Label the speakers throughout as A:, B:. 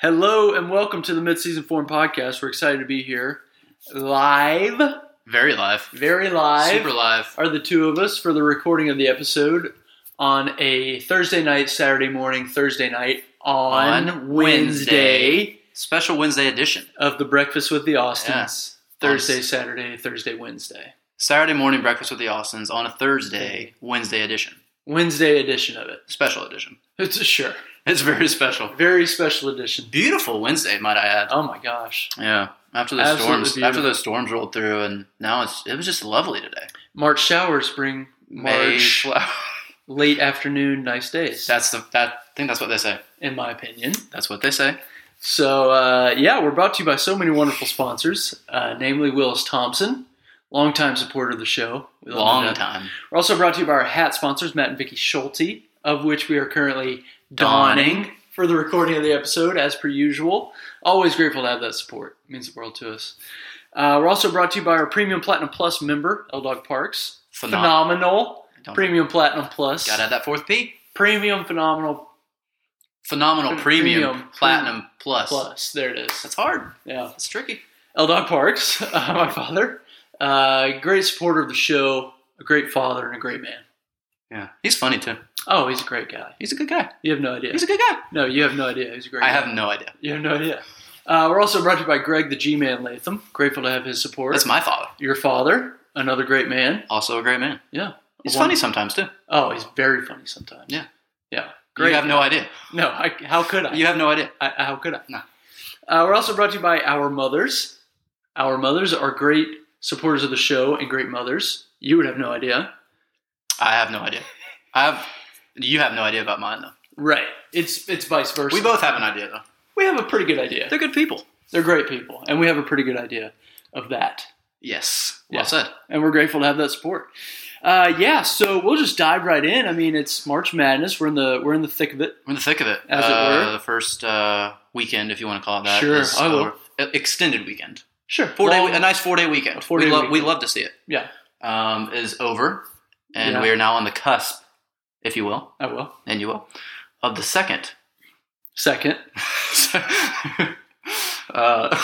A: Hello and welcome to the Midseason Form Podcast. We're excited to be here. Live,
B: Very live.
A: very live,
B: Super live.
A: are the two of us for the recording of the episode on a Thursday night, Saturday morning, Thursday night, on,
B: On
A: Wednesday,
B: Wednesday. Special Wednesday edition.
A: of the Breakfast with the Austins. Thursday, Saturday, Thursday, Wednesday.
B: Saturday morning breakfast with the Austins on a Thursday, Wednesday edition.
A: Wednesday edition of it.
B: Special edition.
A: It's a sure.
B: It's very special.
A: Very special edition.
B: Beautiful Wednesday, might I add.
A: Oh my gosh.
B: Yeah. After those
A: Absolutely
B: storms,
A: beautiful.
B: after those storms rolled through, and now it's it was just lovely today.
A: March showers bring
B: May
A: March
B: flower.
A: late afternoon nice days,
B: That's the that. I think that's what they say.
A: in my opinion.
B: That's what they say.
A: So uh, yeah, we're brought to you by so many wonderful sponsors, uh, namely Willis Thompson, longtime supporter of the show. We love him to
B: Long
A: death.
B: time.
A: We're also brought to you by our hat sponsors, Matt and Vicky Schulte, of which we are currently donning for the recording of the episode, as per usual. Always grateful to have that support. It means the world to us. Uh, we're also brought to you by our Premium Platinum Plus member, L Dog Parks.
B: Phenomenal.
A: Phenomenal.
B: Don't-
A: Premium Platinum Plus.
B: Gotta add that fourth P.
A: Premium Phenomenal
B: Phenomenal
A: Pre-
B: premium,
A: premium.
B: platinum plus.
A: Plus. There it is.
B: That's hard.
A: Yeah.
B: That's tricky.
A: L Dog Parks, uh, my father, uh, great supporter of the show, a great father, and a great man.
B: Yeah. He's funny too.
A: Oh, he's a great guy.
B: He's a good guy.
A: You have no idea.
B: He's a good guy.
A: no, you have no idea. He's a great.
B: I
A: guy.
B: have no idea.
A: You have no idea. Uh, we're also brought to you by Greg the G Man Latham. Grateful to have his support.
B: That's my father.
A: Your father, another great man.
B: Also a great man.
A: Yeah.
B: He's
A: A won-
B: funny sometimes too.
A: Oh, he's very funny sometimes.
B: Yeah.
A: Yeah.
B: You have no idea.
A: No, I, how could I?
B: You have no idea.
A: I, I- how could I?
B: No.
A: Uh, we're also brought to you by Our Mothers. Our mothers are great supporters of the show and great mothers. You would have no idea.
B: I have no idea. I have. You have no idea about mine though.
A: Right. It's it's vice versa.
B: We both have an idea though.
A: we have a pretty good idea.
B: They're good people.
A: They're great people, and we have a pretty good idea of that.
B: Yes. Well
A: Yeah.
B: said.
A: And we're grateful to have that support. Uh, yeah, so we'll just dive right in. I mean, it's March Madness. We're in the we're in the thick of it.
B: We're in the thick of it.
A: As it
B: Uh,
A: were.
B: The first uh, weekend, if you want to call it that.
A: Sure,
B: is
A: I will.
B: over. E- Extended weekend.
A: Sure,
B: Four day.
A: Long-
B: A nice four day weekend.
A: A four-day
B: we love. We
A: weekend.
B: love to see it.
A: Yeah.
B: Um, is over, and
A: Yeah.
B: we are now on the cusp, if you will,
A: I will.
B: and you will, of the second
A: Second,
B: uh,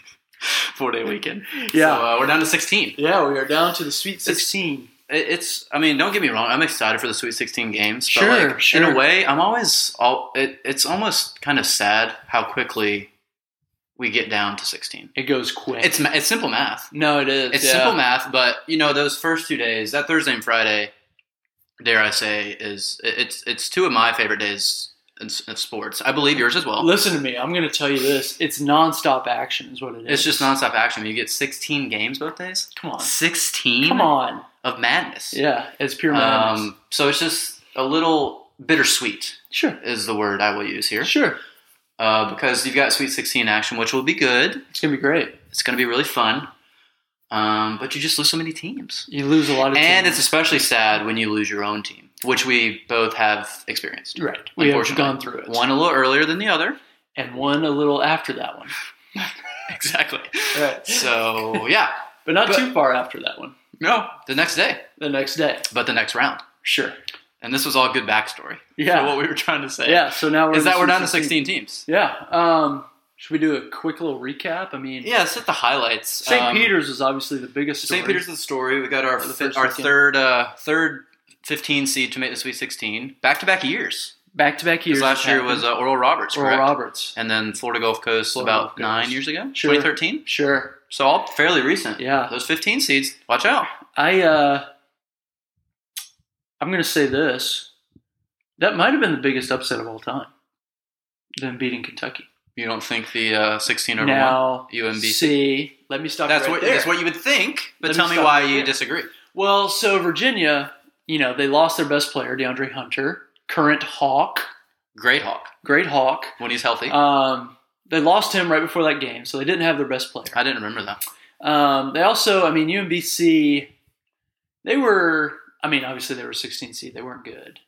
B: four day weekend.
A: Yeah.
B: So, uh, we're down to 16.
A: yeah, we are down to the Sweet Sixteen.
B: It- It's, I mean, don't get me wrong. I'm excited for the Sweet 16 games. But
A: Sure,
B: like,
A: sure.
B: In a way, I'm always, all, it, it's almost kind of sad how quickly we get down to 16.
A: It goes quick.
B: It's, ma- it's simple math.
A: no, it is.
B: It's
A: yeah.
B: simple math, but you know those first two days, that Thursday and Friday, dare I say, is it- it's it's two of my favorite days in, s- of sports. I believe yours as well.
A: Listen to me. I'm going to tell you this. It's nonstop action, is what it is.
B: It's just nonstop action. You get 16 games both days.
A: Come on,
B: 16
A: come on.
B: of madness.
A: Yeah, it's pure madness.
B: Um, so it's just a little bittersweet
A: sure,
B: is the word I will use here
A: sure.
B: uh, because you've got Sweet 16 action, which will be good.
A: It's going to be great.
B: It's going to be really fun, um, but you just lose so many teams.
A: You lose a lot of
B: And
A: teams.
B: it's especially sad when you lose your own team, which we both have experienced.
A: right. We have
B: Unfortunately.
A: gone through it.
B: One a little earlier than the other.
A: and one a little after that one.
B: Exactly.
A: Right.
B: So yeah,
A: but not
B: but-
A: too far after that one.
B: no, the next day,
A: The next day.
B: but the next round.
A: Sure.
B: And this was all good backstory. for
A: Yeah.
B: what we were trying to say.
A: yeah. So now we're
B: Is
A: in
B: that
A: the
B: we're down to
A: Sweet
B: 16 teams.
A: Yeah. Um, should we do a quick little recap? I mean,
B: Yeah, let's hit the highlights.
A: St.
B: Um,
A: Peter's was obviously the biggest.
B: St.
A: story.
B: Peter's is the story. We got our
A: For the
B: fi-
A: first
B: our
A: weekend.
B: third uh, third 15 seed to make the Sweet 16. Back to back years.
A: back to back years.
B: 'Cause last year was uh, Oral Roberts,
A: Oral
B: correct?
A: Roberts.
B: and then Florida Gulf Coast
A: Florida
B: about
A: Gulf Coast.
B: nine years ago,
A: Sure.
B: 2013.
A: Sure.
B: So all fairly recent.
A: Yeah.
B: Those 15 seeds, watch out.
A: I. uh I'm going to say this. That might have been the biggest upset of all time. Them beating Kentucky.
B: You don't think the uh, 16 over
A: Now,
B: one UMBC?
A: see, let me stop.
B: That's
A: right
B: what
A: there.
B: that's what you would think, but
A: Let me
B: tell me
A: stop
B: why
A: right
B: you
A: there.
B: disagree.
A: Well, so Virginia, you know, they lost their best player, DeAndre Hunter, current Hawk,
B: Great Hawk
A: great Hawk.
B: when he's healthy.
A: Um, they lost him right before that game, so they didn't have their best player.
B: I didn't remember that.
A: Um, they also, I mean, UMBC, they were, I mean, obviously they were 16 seed, they weren't good.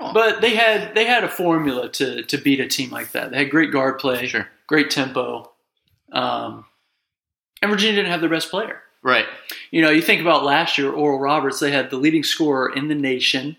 B: Oh.
A: But they had they had a formula to to beat a team like that. They had great guard play,
B: Sure.
A: great tempo, um, and Virginia didn't have their best player.
B: Right.
A: You know, you think about last year, Oral Roberts, they had the leading scorer in the nation,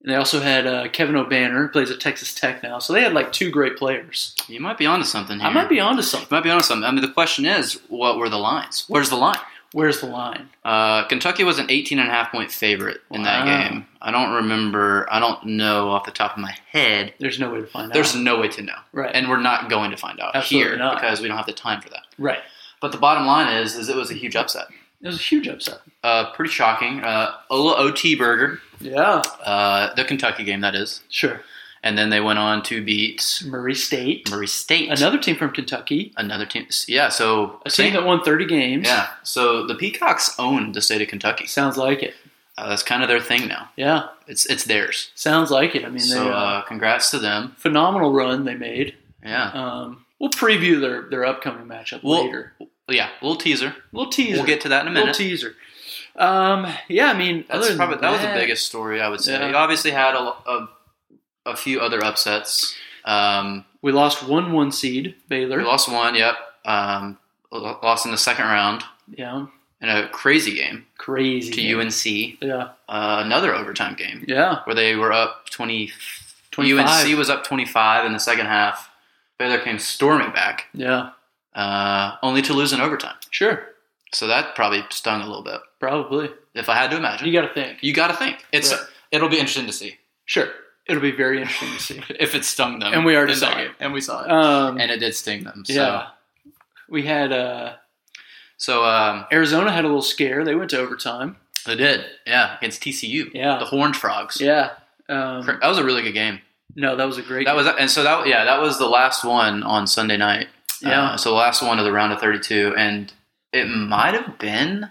A: And they also had uh, Kevin O'Banner, who plays at Texas Tech now. So they had like two great players.
B: You might be onto something here.
A: I might be onto something.
B: You might be onto something. I mean, the question is, what were the lines? Where's the line?
A: Where's the line?
B: Uh, Kentucky was an 18 and a half point favorite in
A: Wow.
B: that game. I don't remember. I don't know off the top of my head.
A: There's no way to find
B: There's
A: out.
B: no way to know,
A: Right.
B: and we're not going to find out
A: Absolutely
B: here
A: not.
B: because we don't have the time for that.
A: right.
B: But the bottom line is, is it was a huge upset.
A: It was a huge upset.
B: Uh, pretty shocking. Uh, Ola OT Burger,
A: Yeah.
B: uh, the Kentucky game that is,
A: Sure.
B: and then they went on to beat
A: Murray State.
B: Murray State,
A: Another team from Kentucky.
B: another team. Yeah, so
A: A team that won 30 games.
B: yeah, so the Peacocks own the state of Kentucky.
A: Sounds like it.
B: Uh, that's kind of their thing now.
A: Yeah.
B: It's it's theirs.
A: Sounds like it. I mean,
B: so
A: they, uh,
B: uh, congrats to them.
A: phenomenal run they made.
B: Yeah,
A: Um, we'll preview their, their upcoming matchup
B: Well,
A: later.
B: yeah. Little teaser.
A: Little teaser.
B: We'll get to that in a
A: little
B: minute.
A: teaser. Um, yeah, I mean, other
B: That's
A: than
B: probably that was the
A: that-
B: biggest story I would say.
A: Yeah.
B: You obviously had a, a a few other upsets. Um,
A: We lost one one seed Baylor.
B: we lost one. Yep. Um, lo- lost in the second round
A: yeah,
B: in a crazy game
A: crazy.
B: to
A: game.
B: UNC.
A: yeah,
B: Uh, another overtime game
A: yeah,
B: where they were up twenty.
A: 25.
B: UNC was up twenty five in the second half. Baylor came storming back,
A: yeah.
B: uh, only to lose in overtime.
A: Sure,
B: So that probably stung a little bit.
A: probably.
B: If I had to imagine,
A: You got to think.
B: You got to think. It's
A: Right.
B: it'll be interesting to see
A: Sure, it'll be very interesting to see.
B: if it stung them.
A: And we already
B: in
A: saw
B: that
A: it.
B: game. And uh, we saw it.
A: Um,
B: and it did sting them. So,
A: yeah, we had uh,
B: So um,
A: Arizona had a little scare. They went to overtime.
B: they did. Yeah, against TCU.
A: Yeah.
B: The Horned Frogs.
A: Yeah. Um,
B: That was a really good game.
A: no, that was a great.
B: That was and so that yeah that was the last one on Sunday night.
A: Yeah.
B: Uh, so the last one of the round of 32, and it might have been.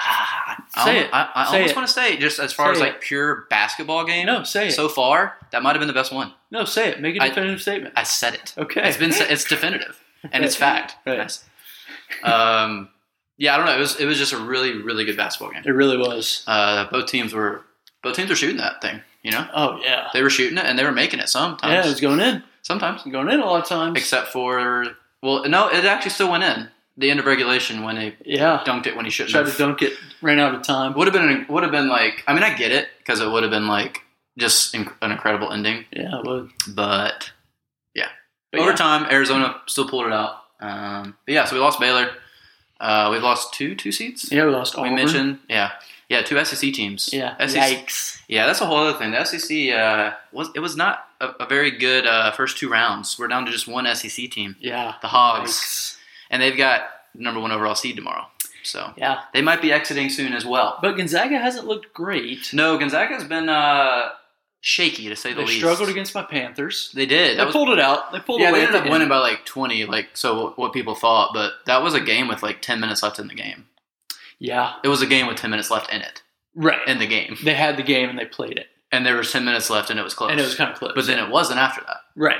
B: Ah, I
A: Say
B: almo-
A: it.
B: I, I
A: Say
B: almost
A: it.
B: want to say just as
A: Say
B: far as
A: it.
B: like pure basketball game.
A: no, say it.
B: So far, that might have been the best one.
A: no, say it. Make a
B: I-
A: definitive statement.
B: I said it.
A: okay.
B: It's been it's definitive and it's fact.
A: Right.
B: Yes. Um, yeah, I don't know. It was it was just a really really good basketball game.
A: it really was.
B: Uh, both teams were both teams were shooting that thing. You know,
A: Oh yeah.
B: they were shooting it and they were making it sometimes.
A: Yeah, it was going in.
B: sometimes,
A: Going in a lot of times.
B: except for well, no, it actually still went in the end of regulation when they
A: yeah.
B: dunked it when he shouldn't.
A: Tried
B: have.
A: to dunk it. Ran out of time.
B: Would have been would have been like I mean I get it because it would have been like just inc- an incredible ending,
A: Yeah, it was.
B: but
A: But
B: Over
A: yeah.
B: time, Arizona still pulled it out. Um, but yeah, so we lost Baylor. Uh, we've lost two two seats.
A: Yeah, we lost
B: we
A: Auburn.
B: mentioned E yeah, yeah, two SEC teams.
A: Yeah.
B: SEC. Yeah, that's a whole other thing. The SEC uh, was it was not a, a very good uh, first two rounds. We're down to just one SEC team,
A: Yeah.
B: the Hogs,
A: Yikes.
B: and they've got number one overall seed tomorrow. So
A: Yeah.
B: they might be exiting soon as well.
A: But Gonzaga hasn't looked great.
B: No, Gonzaga's been uh, shaky to say the
A: They
B: least.
A: struggled against my Panthers.
B: They did.
A: They
B: That was
A: pulled it out. They pulled
B: yeah,
A: away.
B: they
A: at
B: ended up
A: the
B: winning
A: end.
B: by like twenty, like so what people thought. But that was a game with like ten minutes left in the game.
A: Yeah.
B: It was a game with ten minutes left in it,
A: Right.
B: in the game,
A: they had the game and they played it.
B: and there was ten minutes left, and it was close.
A: And it was kind of close.
B: but then it wasn't after that.
A: right.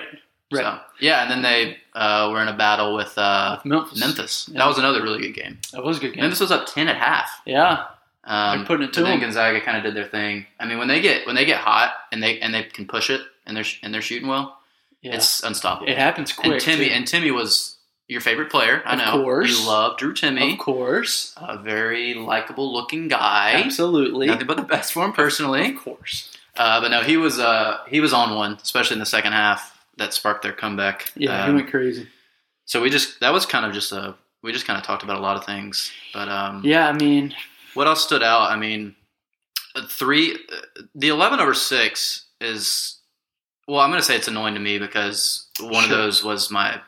A: Right.
B: So, yeah, and then they uh, were in a battle with uh,
A: With Memphis.
B: Memphis.
A: Yeah.
B: That was another really good game.
A: That was a good game.
B: Memphis was up ten at half.
A: Yeah.
B: Um,
A: They're putting it to
B: and then
A: 'em.
B: Gonzaga kind of did their thing. I mean, when they get when they get hot and they and they can push it and they're sh- and they're shooting well,
A: Yeah.
B: it's unstoppable.
A: it happens quick.
B: and Timmy
A: too.
B: and Timmy was your favorite player. I
A: Of
B: know
A: course.
B: you love Drew Timmy.
A: of course.
B: a very likable looking guy.
A: Absolutely.
B: Nothing but the best for him personally.
A: Of course.
B: Uh, but no, he was uh, he was on one, especially in the second half that sparked their comeback.
A: Yeah,
B: Um,
A: he went crazy.
B: so we just that was kind of just a we just kind of talked about a lot of things. But um,
A: Yeah, I mean,
B: what else stood out? I mean, uh, three uh, the eleven over six is well, I'm gonna say it's annoying to me because one of
A: Sure.
B: those was my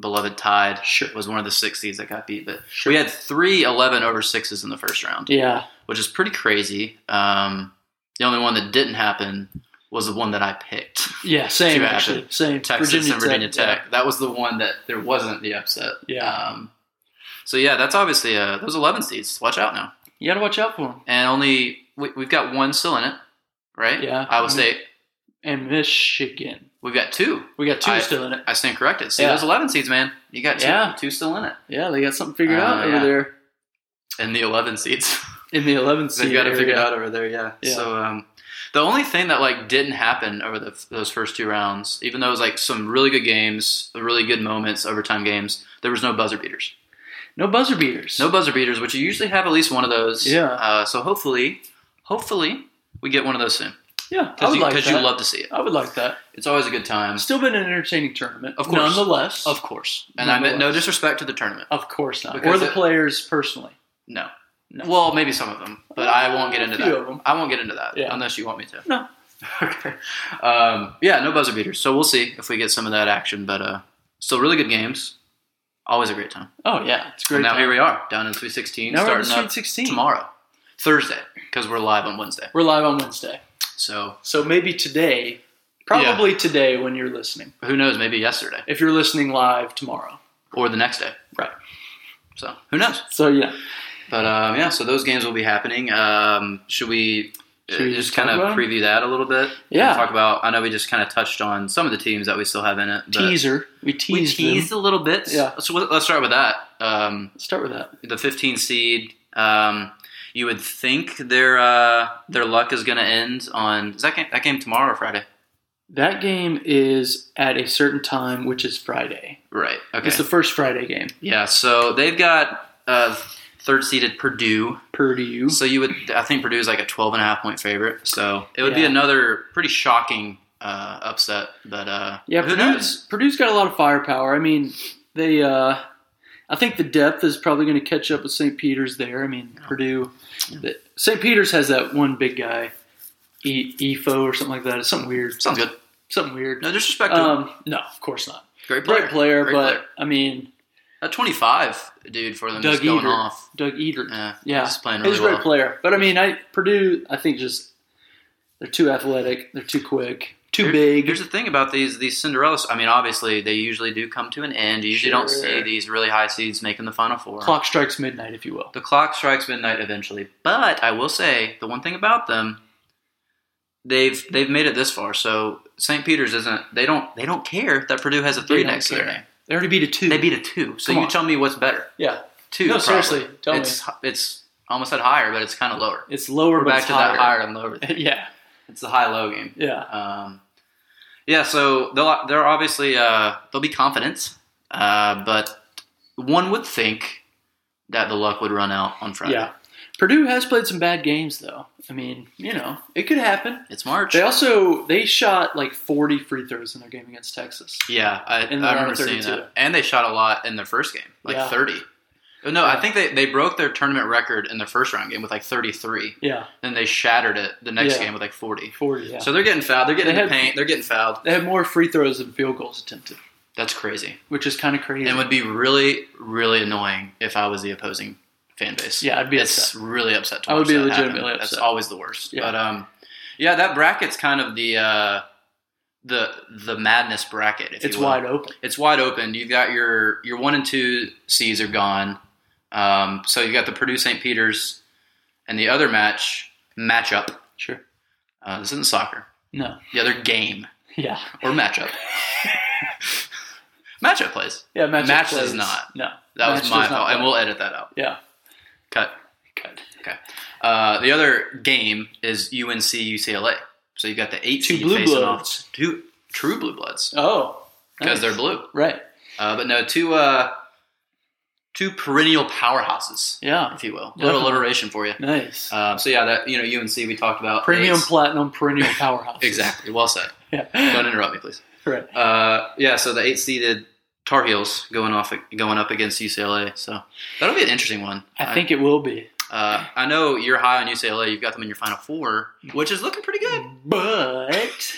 B: beloved Tide.
A: sure.
B: It was one of the six seeds that got beat, but
A: sure.
B: we had three 11 over sixes in the first round.
A: yeah,
B: which is pretty crazy. Um, the only one that didn't happen was the one that I picked,
A: yeah, same
B: Two
A: actually, same.
B: Texas and Virginia Tech. That was the one that there wasn't the upset.
A: Yeah.
B: Um, so yeah, that's obviously uh, those 11 seeds. Watch out now.
A: You got to watch out for them.
B: And only we, we've got one still in it, right?
A: Yeah.
B: Iowa
A: Mhm.
B: State.
A: And Michigan,
B: We've got two.
A: we got two
B: I-
A: still in it.
B: I stand corrected. See
A: Yeah.
B: those 11 seeds, man. You got two,
A: Yeah.
B: two still in it,
A: Yeah, they got something figured
B: Uh,
A: out
B: yeah.
A: over there
B: and the 11 seeds.
A: in the 11th
B: They
A: seed.
B: got it figured
A: area.
B: out over there, yeah.
A: Yeah.
B: So um, the only thing that like didn't happen over the, those first two rounds, even though it was like some really good games, really good moments, overtime games, there was no buzzer beaters.
A: No buzzer beaters.
B: No buzzer beaters, which you usually have at least one of those.
A: Yeah.
B: Uh, so hopefully, hopefully we get one of those soon.
A: Yeah, I
B: because
A: would
B: you,
A: like
B: 'cause
A: that.
B: you love to see it.
A: I would like that.
B: It's always a good time.
A: Still been an entertaining tournament,
B: Of course.
A: Nonetheless,
B: Of course, and I meant no
A: Nonetheless.
B: disrespect to the tournament.
A: of course not.
B: Because
A: or the
B: it-
A: players personally.
B: No.
A: No.
B: Well, maybe some of them, but I won't get
A: A
B: into
A: few
B: that.
A: of 'em.
B: I won't get into that
A: Yeah.
B: unless you want me to.
A: No.
B: okay. Um, yeah, no buzzer beaters. So we'll see if we get some of that action, but uh, still really good games. Always a great time.
A: Oh yeah, it's
B: And
A: great.
B: now
A: time.
B: here we are down in 316,
A: Now we're in
B: starting
A: the Sweet
B: up
A: 16.
B: tomorrow, Thursday, because we're live on Wednesday.
A: We're live on Wednesday,
B: So
A: so maybe today, probably today when you're listening.
B: who knows? Maybe yesterday
A: If you're listening live tomorrow,
B: or the next day.
A: Right.
B: So who knows?
A: so yeah,
B: But um, yeah, so those games will be happening. Um, should we,
A: Should
B: uh,
A: we
B: just
A: just
B: kind
A: talk
B: of
A: about 'em?
B: preview that a little bit?
A: Yeah.
B: And talk about. I know we just kind of touched on some of the teams that we still have in it. But
A: teaser. We tease.
B: We teased a little bit.
A: Yeah.
B: So let- let's start with that. Um,
A: Start with that.
B: the 15 seed. Um, you would think their uh, their luck is going to end on is that game, that game tomorrow or Friday?
A: That game is at a certain time, which is Friday.
B: Right. Okay.
A: It's the first Friday game.
B: yeah. So they've got uh, third seeded Purdue.
A: Purdue.
B: So you would, I think Purdue is like a 12 and a half point favorite. So it would be
A: Yeah.
B: another pretty shocking uh, upset. But uh,
A: Yeah,
B: who knows?
A: Purdue's, Purdue's got a lot of firepower. I mean, they. Uh, I think the depth is probably going to catch up with St. Peter's there. I mean, Purdue. the- St. Peter's has that one big guy, e, EFO or something like that. It's something weird.
B: Sounds good.
A: Something weird.
B: No disrespect to him.
A: Um, no, of course not.
B: great player,
A: Great player,
B: Great
A: but
B: player.
A: I mean,
B: At 25, dude, for them
A: Doug
B: is going
A: Eater.
B: off.
A: Doug Eder.
B: Yeah,
A: Yeah.
B: he's playing
A: He's
B: really
A: a great
B: well.
A: player, but I mean, I Purdue. I think just they're too athletic. They're too quick. Too
B: Here-
A: big.
B: Here's the thing about these these Cinderella. I mean, obviously they usually do come to an end. You usually don't see
A: Sure.
B: these really high seeds making the final four.
A: Clock strikes midnight, if you will.
B: The clock strikes midnight eventually. But I will say the one thing about them, they've they've made it this far. So St. Peter's isn't they don't they don't care that Purdue has a three
A: They don't
B: next to their
A: care.
B: name.
A: They already beat a two.
B: They beat a two. So
A: Come
B: you
A: on.
B: tell me what's better.
A: yeah.
B: Two.
A: No,
B: probably.
A: seriously, tell me.
B: it's, It's almost at higher, but it's kind of lower.
A: It's lower.
B: We're
A: but
B: back
A: it's
B: to that
A: higher.
B: higher and lower. thing.
A: yeah,
B: It's the high low game.
A: yeah.
B: Um, yeah, so they'll they're obviously uh, they'll be confident, uh, but one would think that the luck would run out on Friday.
A: Yeah. Purdue has played some bad games though. I mean, you know, it could happen.
B: It's March.
A: They also they shot like 40 free throws in their game against Texas.
B: yeah, I, I
A: In the round
B: remember
A: of
B: seeing
A: 32.
B: that. And they shot a lot in their first game, like
A: Yeah.
B: thirty. Oh, No, I
A: Yeah.
B: think they, they broke their tournament record in their first round game with like thirty three.
A: Yeah,
B: Then they shattered it the next
A: Yeah.
B: game with like forty.
A: 40. Yeah.
B: So they're getting fouled. They're getting
A: They
B: in the
A: had-
B: paint. They're getting fouled.
A: they had more free throws than field goals attempted,
B: That's crazy.
A: which is kind of crazy.
B: And would be really really annoying if I was the opposing fan base.
A: yeah, I'd be
B: it's
A: upset.
B: really upset. To
A: I would
B: watch
A: be
B: that
A: legitimately
B: happen. That's
A: upset.
B: always the worst.
A: Yeah.
B: But um, yeah, that bracket's kind of the uh, the the madness bracket. If
A: It's
B: you will.
A: wide open.
B: It's wide open. You've got your your one and two C's are gone. Um, so you got the Purdue St. Peter's and the other match matchup.
A: Sure.
B: Uh, this isn't soccer.
A: No.
B: The other game
A: Yeah.
B: or matchup. matchup plays.
A: Yeah. Match,
B: Match
A: plays.
B: does not.
A: No.
B: That
A: Match
B: was
A: does
B: my
A: not
B: fault, and
A: play.
B: we'll edit that out.
A: Yeah.
B: Cut.
A: Good.
B: Uh, the other game is UNC UCLA. So you've got the eight
A: Two
B: seed
A: blue
B: facing
A: bloods.
B: off two true blue bloods
A: Oh.
B: because
A: nice.
B: they're blue.
A: right.
B: Uh, but no, two uh, two perennial powerhouses,
A: Yeah.
B: if you will. A little
A: Definitely.
B: alliteration for you.
A: Nice.
B: Um, so yeah, that you know UNC we talked about
A: Premium,
B: eights.
A: platinum, perennial powerhouse.
B: exactly. Well said. Don't
A: Yeah.
B: interrupt me, please.
A: right.
B: Uh, yeah, so the eight seeded Tar Heels going off going up against UCLA. So that'll be an interesting one.
A: I think it will be.
B: Uh, I know you're high on UCLA. You've got them in your Final Four, which is looking pretty good.
A: But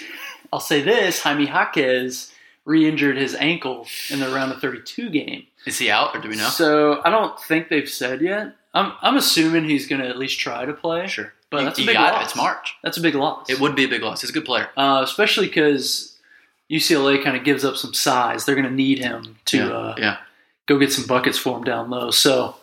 A: I'll say this: Jaime Jaquez re-injured his ankle in the round of 32 game.
B: Is he out, or do we know?
A: So I don't think they've said yet. I'm I'm assuming he's going to at least try to play.
B: Sure,
A: But
B: you,
A: that's a
B: you
A: big
B: got it.
A: loss.
B: It's March.
A: That's a big loss.
B: It would be a big loss. He's a good player.
A: uh, especially because UCLA kind of gives up some size. They're going to need him to
B: yeah,
A: uh,
B: yeah.
A: go get some buckets for him down low. So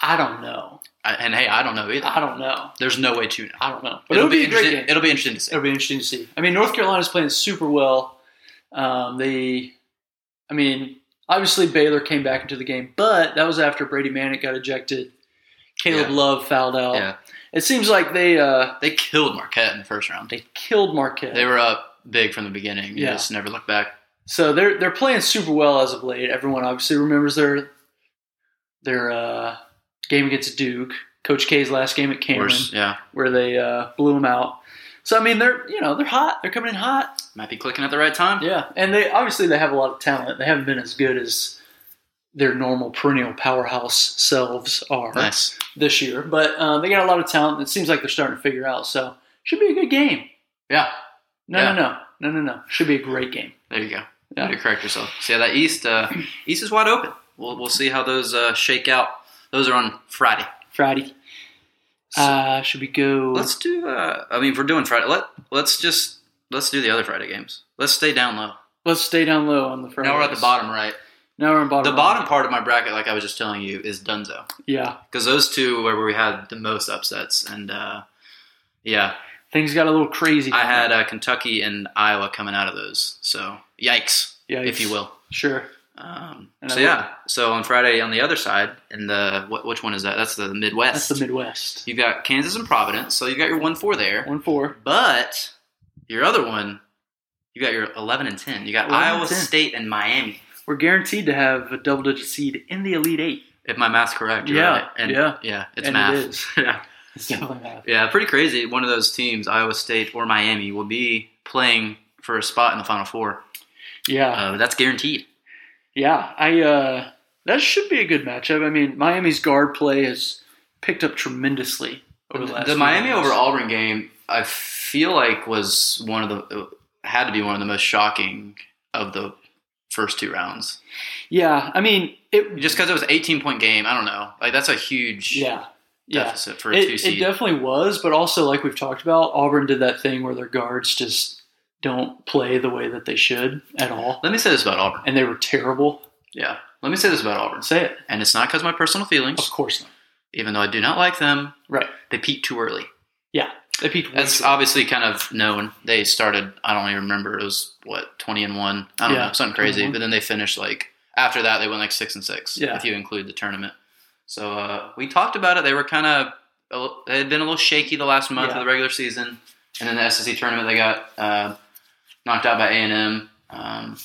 A: I don't know.
B: I, and hey, I don't know either.
A: I don't know.
B: There's no way to know.
A: I don't know. But it'll, be, a great
B: interesting.
A: game.
B: It'll be interesting to see.
A: It'll be interesting to see. I mean, North Carolina's playing super well. Um, they, I mean, obviously Baylor came back into the game, but that was after Brady Manic got ejected. Caleb
B: Yeah.
A: Love fouled out.
B: Yeah,
A: It seems like they uh,
B: they killed Marquette in the first round.
A: they killed Marquette.
B: They were up big from the beginning. You
A: Yeah.
B: just never looked back.
A: so they're they're playing super well as of late. Everyone obviously remembers their their uh, game against Duke, Coach K's last game at Cameron,
B: Worse, yeah.
A: where they uh, blew him out. So I mean, they're you know they're hot. They're coming in hot.
B: Might be clicking at the right time.
A: Yeah, and they obviously they have a lot of talent. They haven't been as good as their normal perennial powerhouse selves are
B: Nice.
A: this year, but uh, they got a lot of talent. It seems like they're starting to figure out. So should be a good game.
B: Yeah.
A: No,
B: Yeah.
A: no, no, no, no, no. Should be a great game.
B: There you go.
A: Yeah.
B: Yeah. to correct yourself. So yeah, that East uh, East is wide open. We'll we'll see how those uh, shake out. Those are on Friday.
A: Friday. Uh, should we go?
B: Let's do. Uh, I mean, if we're doing Friday, let let's just let's do the other Friday games. Let's stay down low.
A: Let's stay down low on the Friday.
B: Now we're at the bottom right.
A: Now we're on bottom.
B: The
A: right.
B: bottom part of my bracket, like I was just telling you, is Dunzo
A: Yeah,
B: because those two were where we had the most upsets, and uh, yeah,
A: things got a little crazy.
B: I had uh, Kentucky and Iowa coming out of those. So yikes,
A: yeah,
B: if you will.
A: Sure.
B: Um,
A: And
B: so
A: I
B: yeah, so on Friday on the other side, in the what, which one is that? That's the
A: That's
B: Midwest.
A: the Midwest.
B: you got Kansas and Providence, so you got your one four there.
A: One four.
B: But your other one, you got your eleven and ten. You got
A: 11 and
B: Iowa
A: 10.
B: State and Miami.
A: We're guaranteed to have a double digit seed in the Elite Eight.
B: If my math's correct, you're
A: Yeah,
B: right. And,
A: yeah.
B: yeah, it's
A: And it
B: math.
A: is.
B: yeah,
A: It's definitely math.
B: yeah, pretty crazy. One of those teams, Iowa State or Miami, will be playing for a spot in the Final Four.
A: Yeah.
B: Uh, that's guaranteed.
A: Yeah, I uh, that should be a good matchup. I mean, Miami's guard play has picked up tremendously over the last.
B: the
A: few
B: Miami
A: months.
B: over Auburn game, I feel like was one of the had to be one of the most shocking of the first two rounds.
A: Yeah, I mean it.
B: Just because it was an 18 point game, I don't know. Like that's a huge
A: Yeah, yeah.
B: deficit for a two
A: It, it
B: seed.
A: definitely was, but also like we've talked about, Auburn did that thing where their guards just don't play the way that they should at all,
B: Let me say this about Auburn.
A: and they were terrible.
B: Yeah. Let me say this about Auburn,
A: Say it.
B: and it's not because my personal
A: Of
B: feelings,
A: course not.
B: even though I do not like them.
A: Right. Mm-hmm.
B: They peaked too early.
A: They peaked. way
B: That's
A: too-
B: obviously kind of known. They started. I don't even remember. It was what 20 and one. I don't
A: Yeah,
B: know something crazy.
A: 21.
B: But then they finished like after that they went like six and six.
A: Yeah.
B: If you include the tournament. So uh, we talked about it. They were kind of a little- they had been a little shaky the last month
A: Yeah.
B: of the regular season, and then the SEC tournament they got uh, knocked out by A and M. Um,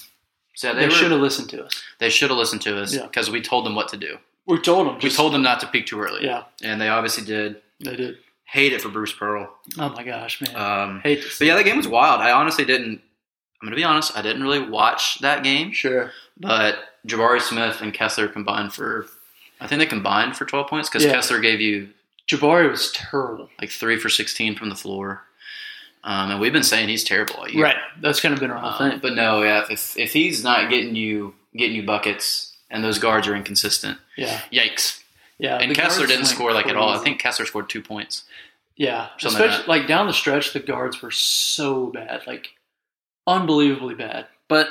B: so
A: they
B: they,
A: should
B: should
A: have listened to us.
B: they should have listened to us
A: Yeah.
B: because we told them what to do.
A: We told them.
B: We
A: just-
B: told them not to peak too early,
A: Yeah,
B: and they obviously did.
A: they did.
B: Hate it for Bruce Pearl.
A: Oh my gosh, man.
B: Um,
A: Hate to
B: but yeah, that game was wild. I honestly didn't. I'm gonna be honest. I didn't really watch that game,
A: sure.
B: but Jabari Smith and Kessler combined for. I think they combined for 12 points because
A: Yeah.
B: Kessler gave you
A: Jabari was terrible.
B: like three for 16 from the floor, um, and we've been saying he's terrible all year.
A: Right. That's kind of been our whole
B: Um,
A: thing.
B: but no, yeah, if if he's not getting you getting you buckets and those guards are inconsistent,
A: Yeah,
B: yikes!
A: yeah.
B: And
A: the
B: Kessler
A: guards
B: didn't
A: went
B: score like at all. I
A: crazy.
B: think Kessler scored two points.
A: yeah,
B: something like
A: especially like, down the stretch, the guards were so bad, like unbelievably bad. But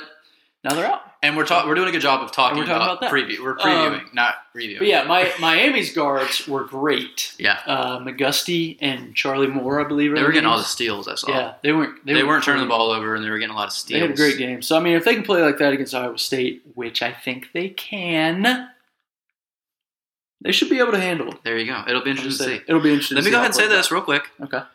A: now they're out.
B: And we're talking. We're doing a good job of talking,
A: we're talking about that.
B: preview. We're
A: Um,
B: previewing, not reviewing.
A: But yeah, my Miami's guards were great.
B: Yeah.
A: uh, McGusty and Charlie Moore, I believe, are
B: They
A: their
B: were getting all the
A: names.
B: steals. I saw.
A: Yeah, they weren't.
B: They,
A: were
B: weren't turning the
A: great.
B: ball over, and they were getting a lot of
A: They
B: steals.
A: had a great game. So I mean, if they can play like that against Iowa State, which I think they can, they should be able to handle it.
B: There you go. It'll be
A: I'll just
B: interesting to
A: say-
B: see.
A: It'll be interesting.
B: Let
A: to
B: me
A: see
B: go
A: how
B: ahead and
A: it
B: say
A: plays
B: this real quick.
A: out. Okay.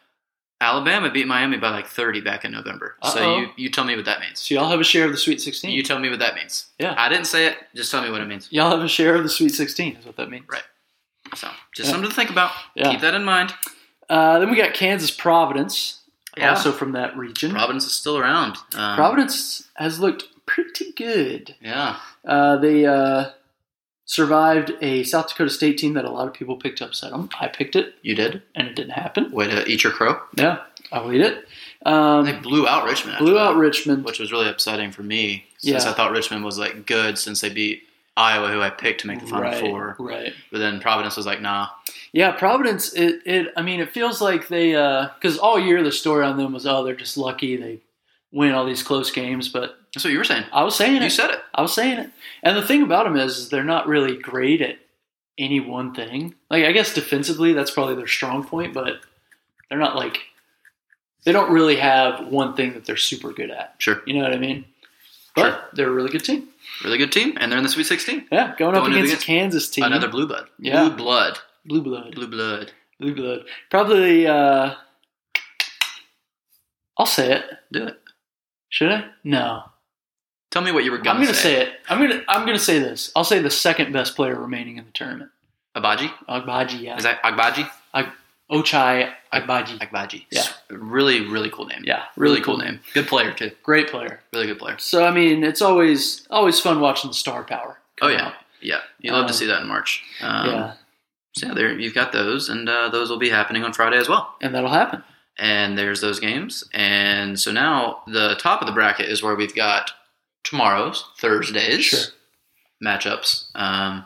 B: Alabama beat Miami by like 30 back in November.
A: Uh-oh.
B: So you, you tell me what that means.
A: So y'all have a share of the Sweet Sixteen.
B: You tell me what that means.
A: Yeah.
B: I didn't say it. Just tell me what it means.
A: Y'all have a share of the Sweet 16, is what that means.
B: Right. So just
A: Yeah.
B: something to think about.
A: Yeah.
B: Keep that in mind.
A: Uh, then we got Kansas Providence,
B: Yeah.
A: also from that region.
B: Providence is still around. Um,
A: Providence has looked pretty good.
B: Yeah.
A: Uh, they uh, survived a South Dakota State team that a lot of people picked upset on. I picked it,
B: You did.
A: and it didn't happen.
B: Way to eat your crow.
A: Yeah, I'll eat it.
B: They
A: Um,
B: blew out Richmond. after
A: blew
B: that,
A: out Richmond.
B: Which was really upsetting for me since
A: Yeah.
B: I thought Richmond was like good since they beat Iowa, who I picked to make the Final
A: right,
B: Four.
A: right.
B: But then Providence was like, nah.
A: Yeah, Providence. It, it. I mean, it feels like they because all year the story on them was, oh, they're just lucky they win all these close games. But
B: That's what you were saying.
A: I was saying
B: You
A: it.
B: said it.
A: I was saying it. And the thing about them is, is they're not really great at any one thing. Like I guess defensively, that's probably their strong point, but they're not like they don't really have one thing that they're super good at.
B: Sure.
A: You know what I mean? But
B: Sure.
A: they're a really good team.
B: Really good team, and they're in the Sweet 16.
A: Yeah, going up
B: Going up
A: against
B: against
A: the Kansas team,
B: Another blue blood.
A: Yeah.
B: Blue blood.
A: blue blood,
B: Blue blood.
A: blue blood. Probably. uh I'll say it.
B: Do it.
A: Should I? No.
B: Tell me what you were going
A: I'm
B: to
A: gonna say. it. I'm gonna. I'm gonna say this. I'll say the second best player remaining in the tournament.
B: Abaji?
A: Agbaji, yeah.
B: Is that Agbaji?
A: Ag- Ochai Agbaji.
B: Agbaji.
A: Yeah.
B: Really, really cool name.
A: Yeah,
B: Really cool name. Good player too.
A: Great player.
B: Really good player.
A: So I mean, it's always always fun watching star power.
B: Oh
A: come
B: yeah.
A: out.
B: Yeah. You love to
A: Um,
B: see that in March. Um,
A: yeah,
B: So yeah, there you've got those, and uh, those will be happening on Friday as well.
A: and that'll happen.
B: And there's those games, and so now the top of the bracket is where we've got tomorrow's Thursdays
A: Sure.
B: matchups. Um,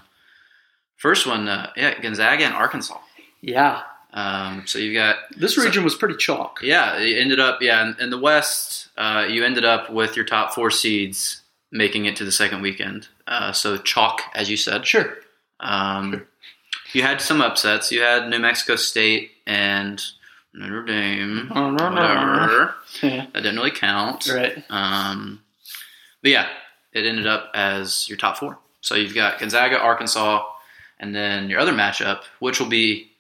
B: first one, uh, yeah, Gonzaga and Arkansas.
A: Yeah,
B: Um, so you've got
A: this
B: So-
A: region was pretty chalk.
B: yeah, you ended up yeah in, in the West. Uh, you ended up with your top four seeds making it to the second weekend. Uh, so chalk, as you said.
A: Sure.
B: Um,
A: Sure.
B: You had some upsets. You had New Mexico State and Notre Dame. Whatever.
A: Yeah.
B: That didn't really count.
A: Right.
B: Um, but yeah, it ended up as your top four. So you've got Gonzaga, Arkansas, and then your other matchup, which will be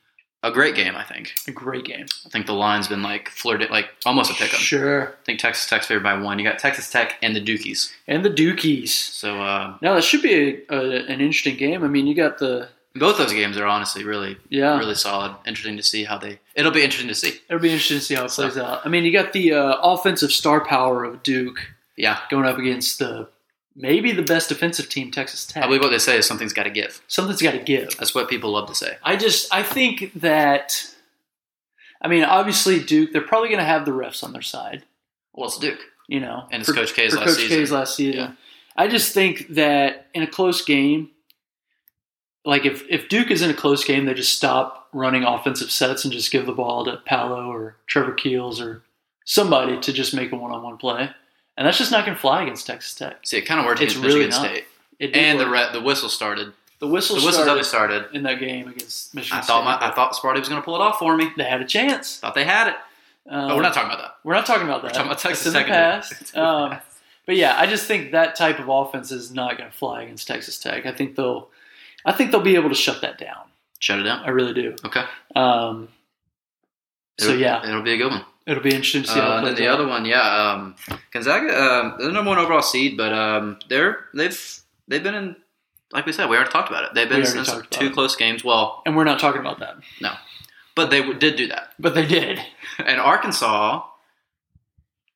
B: a great game. I think.
A: A great game.
B: I think the line's been like flirted, like almost a pick 'em.
A: Sure.
B: I think Texas Tech's favored by one. You got Texas Tech and the Dukies.
A: And the Dukies.
B: So uh,
A: Now that should be a, a, an interesting game. I mean, you got the
B: both those games are honestly really,
A: yeah.
B: really solid. Interesting to see how they. It'll be interesting to see.
A: It'll be interesting to see how it plays out. I mean, you got the uh, offensive star power of Duke
B: Yeah,
A: going up against the maybe the best defensive team, Texas Tech.
B: I believe what they say is something's got to give.
A: Something's got to give.
B: That's what people love to say.
A: I just I think that I mean obviously Duke they're probably going to have the refs on their side,
B: Well, it's Duke
A: you know,
B: and it's
A: for,
B: Coach K's
A: for
B: last
A: Coach
B: season.
A: K's last season.
B: Yeah.
A: I just think that in a close game, like if if Duke is in a close game, they just stop running offensive sets and just give the ball to Paolo or Trevor Keels or somebody to just make a one on one play, and that's just not going to fly against Texas Tech.
B: See, it kind of worked
A: It's
B: against
A: really
B: Michigan
A: not.
B: State,
A: It did
B: and the
A: work.
B: re- the whistle started.
A: the
B: The
A: whistle
B: whistle
A: started
B: definitely started.
A: in that game against Michigan
B: I thought my,
A: State.
B: I thought Sparty was going to pull it off for me.
A: they had a chance.
B: Thought they had it.
A: Um,
B: But we're not talking about that.
A: We're not talking about that.
B: We're talking about Texas
A: It's in
B: Tech.
A: the past. Um, but yeah, I just think that type of offense is not going to fly against Texas Tech. I think they'll, I think they'll be able to shut that down.
B: Shut it down.
A: I really do.
B: Okay.
A: Um, so
B: It'll-
A: yeah,
B: it'll be a good one.
A: it'll be interesting to see
B: Uh,
A: how it
B: and then
A: plays
B: the
A: out.
B: other one, yeah, um, Gonzaga, um, they're the number one overall seed, but um, they're they've they've been in, like we said, we already talked about it. They've
A: We
B: been
A: already
B: in some-
A: talked about
B: two
A: it.
B: close games. Well,
A: and we're not talking about that,
B: but they w- did do that.
A: but they did.
B: And Arkansas,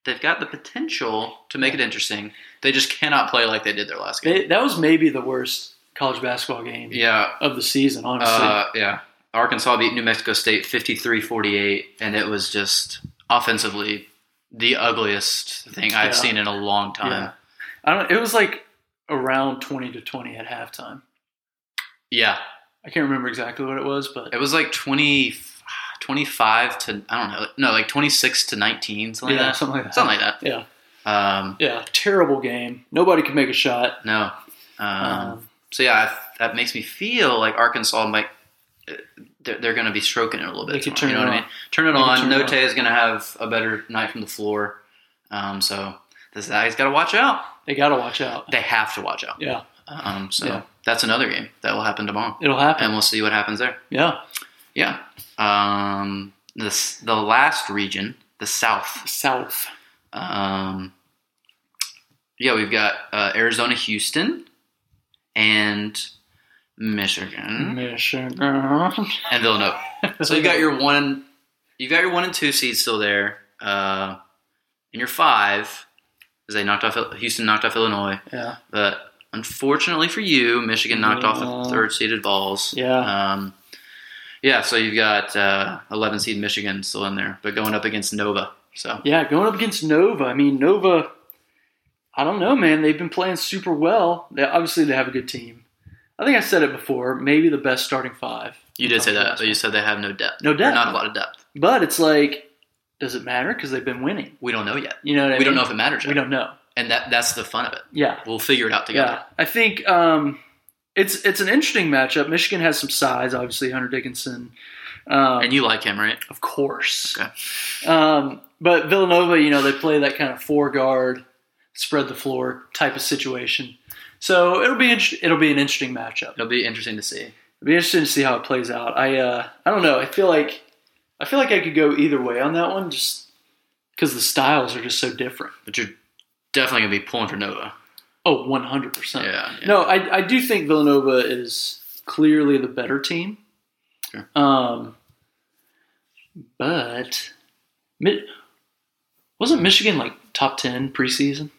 B: they've got the potential to make it interesting. They just cannot play like they did their last game.
A: They, that was maybe the worst college basketball game
B: yeah,
A: of the season, honestly.
B: uh, yeah. Arkansas beat New Mexico State 53-48, and it was just offensively the ugliest thing I've
A: Yeah.
B: seen in a long time.
A: yeah, I don't. It was like around twenty to twenty at halftime.
B: yeah.
A: I can't remember exactly what it was, but
B: It was like 20, 25 to, I don't know, no, like 26 to 19, something
A: yeah,
B: like that.
A: something like that.
B: Something like that.
A: Yeah.
B: Um,
A: Yeah, terrible game. Nobody could make a shot.
B: no. Um,
A: Um,
B: so, yeah, I, that makes me feel like Arkansas might, uh, they're, they're going to be stroking it a little bit.
A: They could
B: tomorrow,
A: turn
B: you
A: it
B: know what I mean? Turn it
A: They could
B: on.
A: turn it
B: Note is going to have a better night from the floor. Um, so, this guy's got to watch out.
A: they got to watch out.
B: They have to watch out.
A: Yeah,
B: Um, so,
A: Uh-huh. Yeah.
B: that's another game that will happen tomorrow.
A: it'll happen.
B: And we'll see what happens there.
A: Yeah,
B: Yeah. Um, this the last region, the South.
A: South.
B: Um, yeah, we've got uh, Arizona, Houston, and Michigan
A: Michigan.
B: and Villanova. Hmm? So you got your one, you got your one and two seeds still there, uh, and your five, as they knocked off Il- Houston, knocked off Illinois,
A: yeah,
B: but unfortunately for you, Michigan knocked off
A: Yeah.
B: the third seeded Vols.
A: yeah.
B: Um, yeah, so you've got uh, 11 seed Michigan still in there, but going up against Nova. So
A: Yeah, going up against Nova. I mean, Nova, I don't know, man. They've been playing super well. They, obviously, they have a good team. I think I said it before, maybe the best starting five.
B: you did say that, but you said they have no depth.
A: No
B: Or
A: depth.
B: Not a lot of depth.
A: But it's like, does it matter? Because they've been winning.
B: We don't know yet.
A: You know what I
B: We don't
A: mean?
B: know if it matters
A: We
B: yet.
A: don't know.
B: And that, that's the fun of it.
A: Yeah.
B: We'll figure it out together.
A: Yeah, I think um, it's it's an interesting matchup. Michigan has some size, obviously Hunter Dickinson, um,
B: And you like him, right?
A: of course.
B: Okay.
A: Um, but Villanova, you know, they play that kind of four guard, spread the floor type of situation. So it'll be inter- it'll be an interesting matchup.
B: It'll be interesting to see.
A: It'll be interesting to see how it plays out. I uh, I don't know. I feel like I feel like I could go either way on that one, just because the styles are just so different.
B: But you're definitely going to be pulling for Nova.
A: Oh, one hundred percent.
B: Yeah. yeah.
A: No, I, I do think Villanova is clearly the better team.
B: Sure.
A: Um, But Mi- wasn't Michigan like top ten preseason?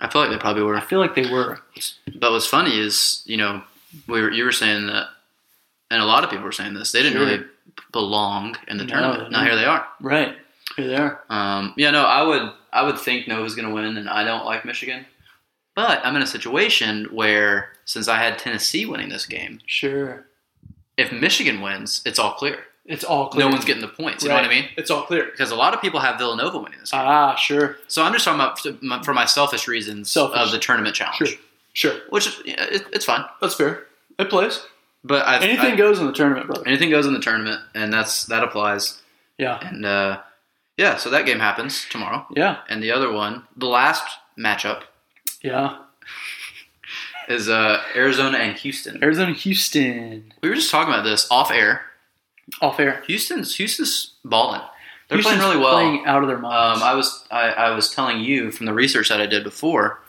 B: I feel like they probably were.
A: I feel like they were.
B: But what's funny is, you know, we were, you were saying that, and a lot of people were saying this. They didn't
A: Sure.
B: really belong in the
A: No, they
B: tournament. Now here they are.
A: Right. Here they are.
B: Um, yeah, no, I would I would think Nova's going to win, and I don't like Michigan. But I'm in a situation where since I had Tennessee winning this game,
A: Sure.
B: if Michigan wins, it's all clear.
A: It's all clear.
B: No one's getting the points. You know what I mean?
A: It's all clear.
B: Because a lot of people have Villanova winning this. Game.
A: Ah, sure.
B: so I'm just talking about for my- for my selfish reasons
A: Selfish.
B: of the tournament challenge,
A: Sure. Sure.
B: which is, yeah, it, it's fun.
A: That's fair. It plays.
B: But I've,
A: Anything
B: I-
A: goes in the tournament, brother.
B: anything goes in the tournament, and that's that applies.
A: Yeah.
B: And uh, yeah, so that game happens tomorrow,
A: Yeah.
B: and the other one, the last matchup
A: Yeah.
B: is uh, Arizona and Houston.
A: Arizona Houston.
B: We were just talking about this off air.
A: Off air.
B: Houston's Houston's balling. They're
A: Houston's
B: playing really well.
A: Playing out of their minds.
B: Um, I was I, I was telling you from the research that I did before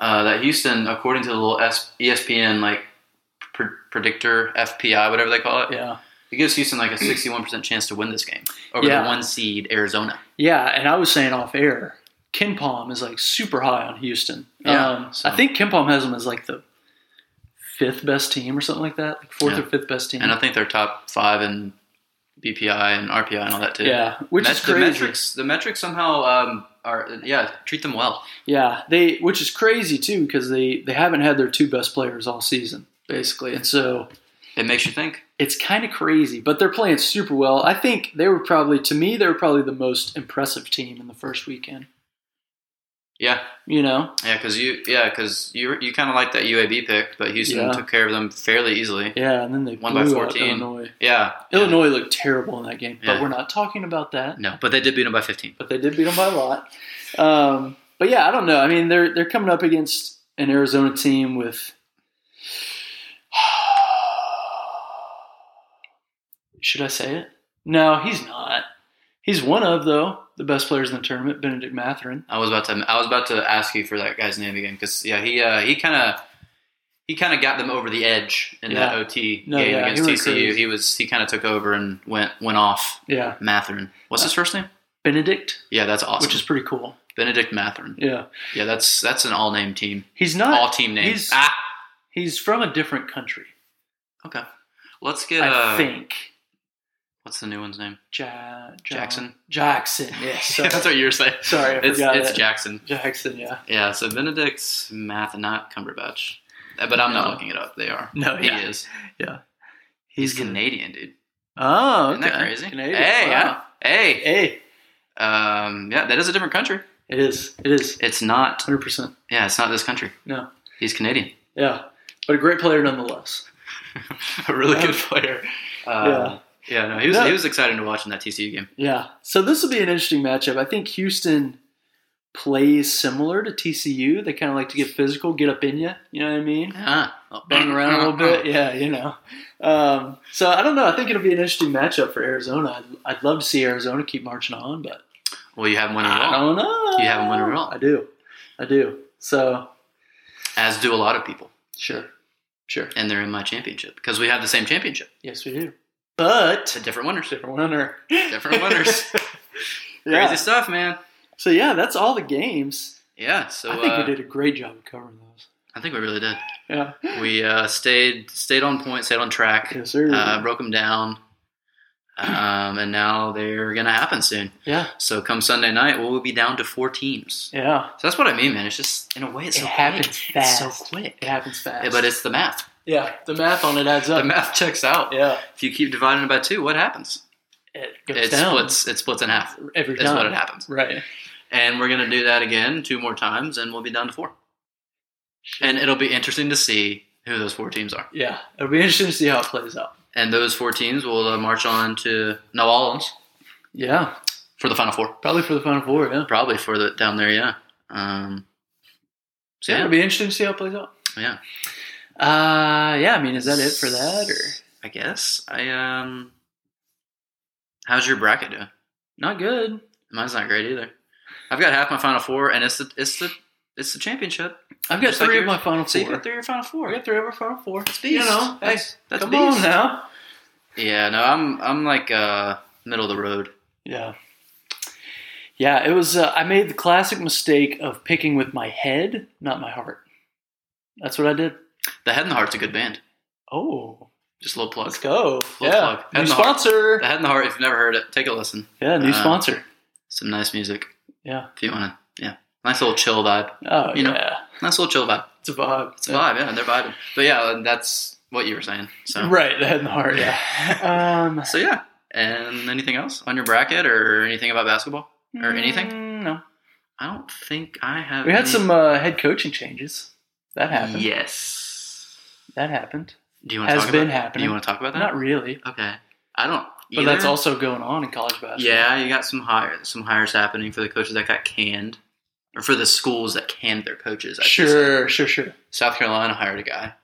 B: uh, that Houston, according to the little S- ESPN like pr- predictor FPI, whatever they call it,
A: yeah.
B: it gives Houston like a
A: Hmm.
B: sixty-one percent chance to win this game over
A: Yeah.
B: the one seed Arizona.
A: Yeah, and I was saying off air, Ken Palm is like super high on Houston.
B: Yeah,
A: um,
B: so-
A: I think Ken Palm has them as like the fifth best team or something like that, like fourth
B: Yeah.
A: or fifth best team.
B: and I think they're top five in BPI and RPI and all that too.
A: yeah, which
B: Met-
A: is crazy.
B: The metrics, the metrics somehow um, are yeah treat them well.
A: Yeah, they which is crazy too because they they haven't had their two best players all season basically, and so
B: It makes you think.
A: it's kind of crazy. But they're playing super well. I think they were probably to me they were probably the most impressive team in the first weekend.
B: Yeah,
A: You know,
B: yeah, because you yeah because you you kind of like that UAB pick, but Houston
A: Yeah.
B: took care of them fairly easily.
A: yeah, and then they
B: One by
A: blew out
B: 14.
A: Illinois.
B: Yeah.
A: Illinois looked terrible in that game,
B: Yeah.
A: but we're not talking about that.
B: No, but they did beat them by 15.
A: But they did beat them by a lot. Um, but yeah, I don't know. I mean, they're they're coming up against an Arizona team with. Should I say it? No, he's not. He's one of though the best players in the tournament, Benedict Matherin.
B: I was about to I was about to ask you for that guy's name again because yeah he uh, he kind of he kind of got them over the edge in that
A: Yeah.
B: OT
A: No,
B: game
A: yeah,
B: against
A: he
B: TCU.
A: went crazy.
B: He was he kind of took over and went went off
A: Yeah,
B: Matherin. What's his first name?
A: Benedict,
B: Yeah, that's awesome.
A: which is pretty cool.
B: Benedict Matherin.
A: Yeah,
B: Yeah, that's that's an all name team.
A: he's not.
B: All team name.
A: he's-
B: Ah,
A: he's from a different country,
B: okay. Let's get
A: I
B: uh,
A: think.
B: what's the new one's name?
A: Ja- John-
B: Jackson.
A: Jackson. Yes. sorry.
B: that's what you were saying.
A: Sorry, I
B: It's
A: forgot
B: it's
A: it.
B: Jackson.
A: Jackson, yeah.
B: Yeah, so Benedict's math, not Cumberbatch. Uh, But I'm not
A: No.
B: looking it up. They are.
A: No,
B: he
A: yeah.
B: is.
A: He's,
B: Canadian, dude.
A: Oh, okay.
B: Isn't that crazy?
A: Canadian.
B: Hey,
A: wow.
B: yeah. Hey.
A: Hey,
B: Um, yeah, that is a different country.
A: it is. It is.
B: It's not.
A: 100%.
B: Yeah, it's not this country.
A: No.
B: He's Canadian.
A: Yeah. But a great player nonetheless.
B: a really
A: Yeah.
B: good player. Uh, yeah. no, he was,
A: No.
B: he was exciting to watch in that TCU game.
A: Yeah. So this will be an interesting matchup. I think Houston plays similar to TCU. They kind of like to get physical, get up in you. You know what I mean?
B: Yeah.
A: Bang around a little bit. Yeah, you know. Um, so I don't know. I think it'll be an interesting matchup for Arizona. I'd, I'd love to see Arizona keep marching on, but
B: Well, you have one
A: I don't
B: wrong,
A: know.
B: You haven't won a roll.
A: I do. I do. So,
B: as do a lot of people,
A: sure. Sure.
B: and they're in my championship because we have the same championship.
A: Yes, we do. But
B: To different winners,
A: different winner.
B: different winners.
A: yeah.
B: Crazy stuff, man.
A: So yeah, that's all the games.
B: Yeah. So
A: I think
B: uh,
A: we did a great job of covering those.
B: I think we really did.
A: Yeah.
B: We uh, stayed stayed on point, stayed on track,
A: Yes, sir.
B: uh, broke them down, um, and now they're gonna happen soon.
A: yeah.
B: So come Sunday night, we'll be down to four teams.
A: Yeah.
B: So that's what I mean, man. It's just in a way, it's
A: It
B: so
A: happens
B: quick.
A: fast.
B: It's so quick.
A: It happens fast.
B: Yeah, but it's the math.
A: yeah, the math on it adds
B: The
A: up.
B: math checks out.
A: yeah.
B: If you keep dividing it by two, what happens?
A: It goes
B: It
A: down
B: splits. It splits in half.
A: every
B: That's
A: time.
B: what it happens.
A: Right.
B: And we're gonna do that again two more times, and we'll be down to four. And it'll be interesting to see who those four teams are.
A: Yeah. It'll be interesting to see how it plays out.
B: And those four teams will uh, march on to New Orleans
A: Yeah.
B: for the Final Four.
A: Probably for the final four, yeah.
B: Probably for the down there, yeah. Um, so
A: Yeah,
B: yeah,
A: it'll be interesting to see how it plays out.
B: yeah.
A: Uh yeah, I mean, is that it for that or
B: I guess I um. How's your bracket doing?
A: not good.
B: Mine's not great either. I've got half my final four, and it's the it's the it's the championship.
A: I've got
B: Just like
A: three of
B: yours.
A: my final
B: So you
A: four.
B: got three of your final
A: I
B: four.
A: got three of my final four.
B: That's
A: You
B: beast.
A: know,
B: That's-
A: hey,
B: that's
A: come
B: beast.
A: on now.
B: Yeah, no, I'm I'm like uh middle of the road.
A: Yeah. Yeah, it was. Uh, I made the classic mistake of picking with my head, not my heart. That's what I did.
B: The Head and the Heart's a good band.
A: Oh,
B: Just a little plug.
A: let's go!
B: Little
A: yeah,
B: plug. Head
A: new
B: and the heart.
A: sponsor.
B: The Head and the Heart, if you've never heard it, take a listen.
A: Yeah, new
B: Uh,
A: sponsor.
B: Some nice music
A: Yeah.
B: if you want to. Yeah. Nice little chill vibe.
A: Oh,
B: you
A: yeah.
B: know. Nice little chill vibe.
A: It's a vibe.
B: It's a vibe, yeah. They're vibing. But yeah, that's what you were saying. So,
A: Right, the head and the heart. Yeah. um,
B: so yeah. And anything else on your bracket or anything about basketball? Or anything?
A: mm, No.
B: I don't think I have.
A: We had
B: any-
A: some uh, head coaching changes. That happened.
B: Yes.
A: That happened.
B: Do you want to
A: Has
B: talk
A: been
B: about,
A: happening.
B: Do you want to talk about that?
A: Not really,
B: Okay. I don't.
A: but
B: either.
A: that's also going on in college basketball.
B: Yeah, you got some hire some hires happening for the coaches that got canned, or for the schools that canned their coaches. I should say.
A: Sure, sure, sure.
B: South Carolina hired a guy.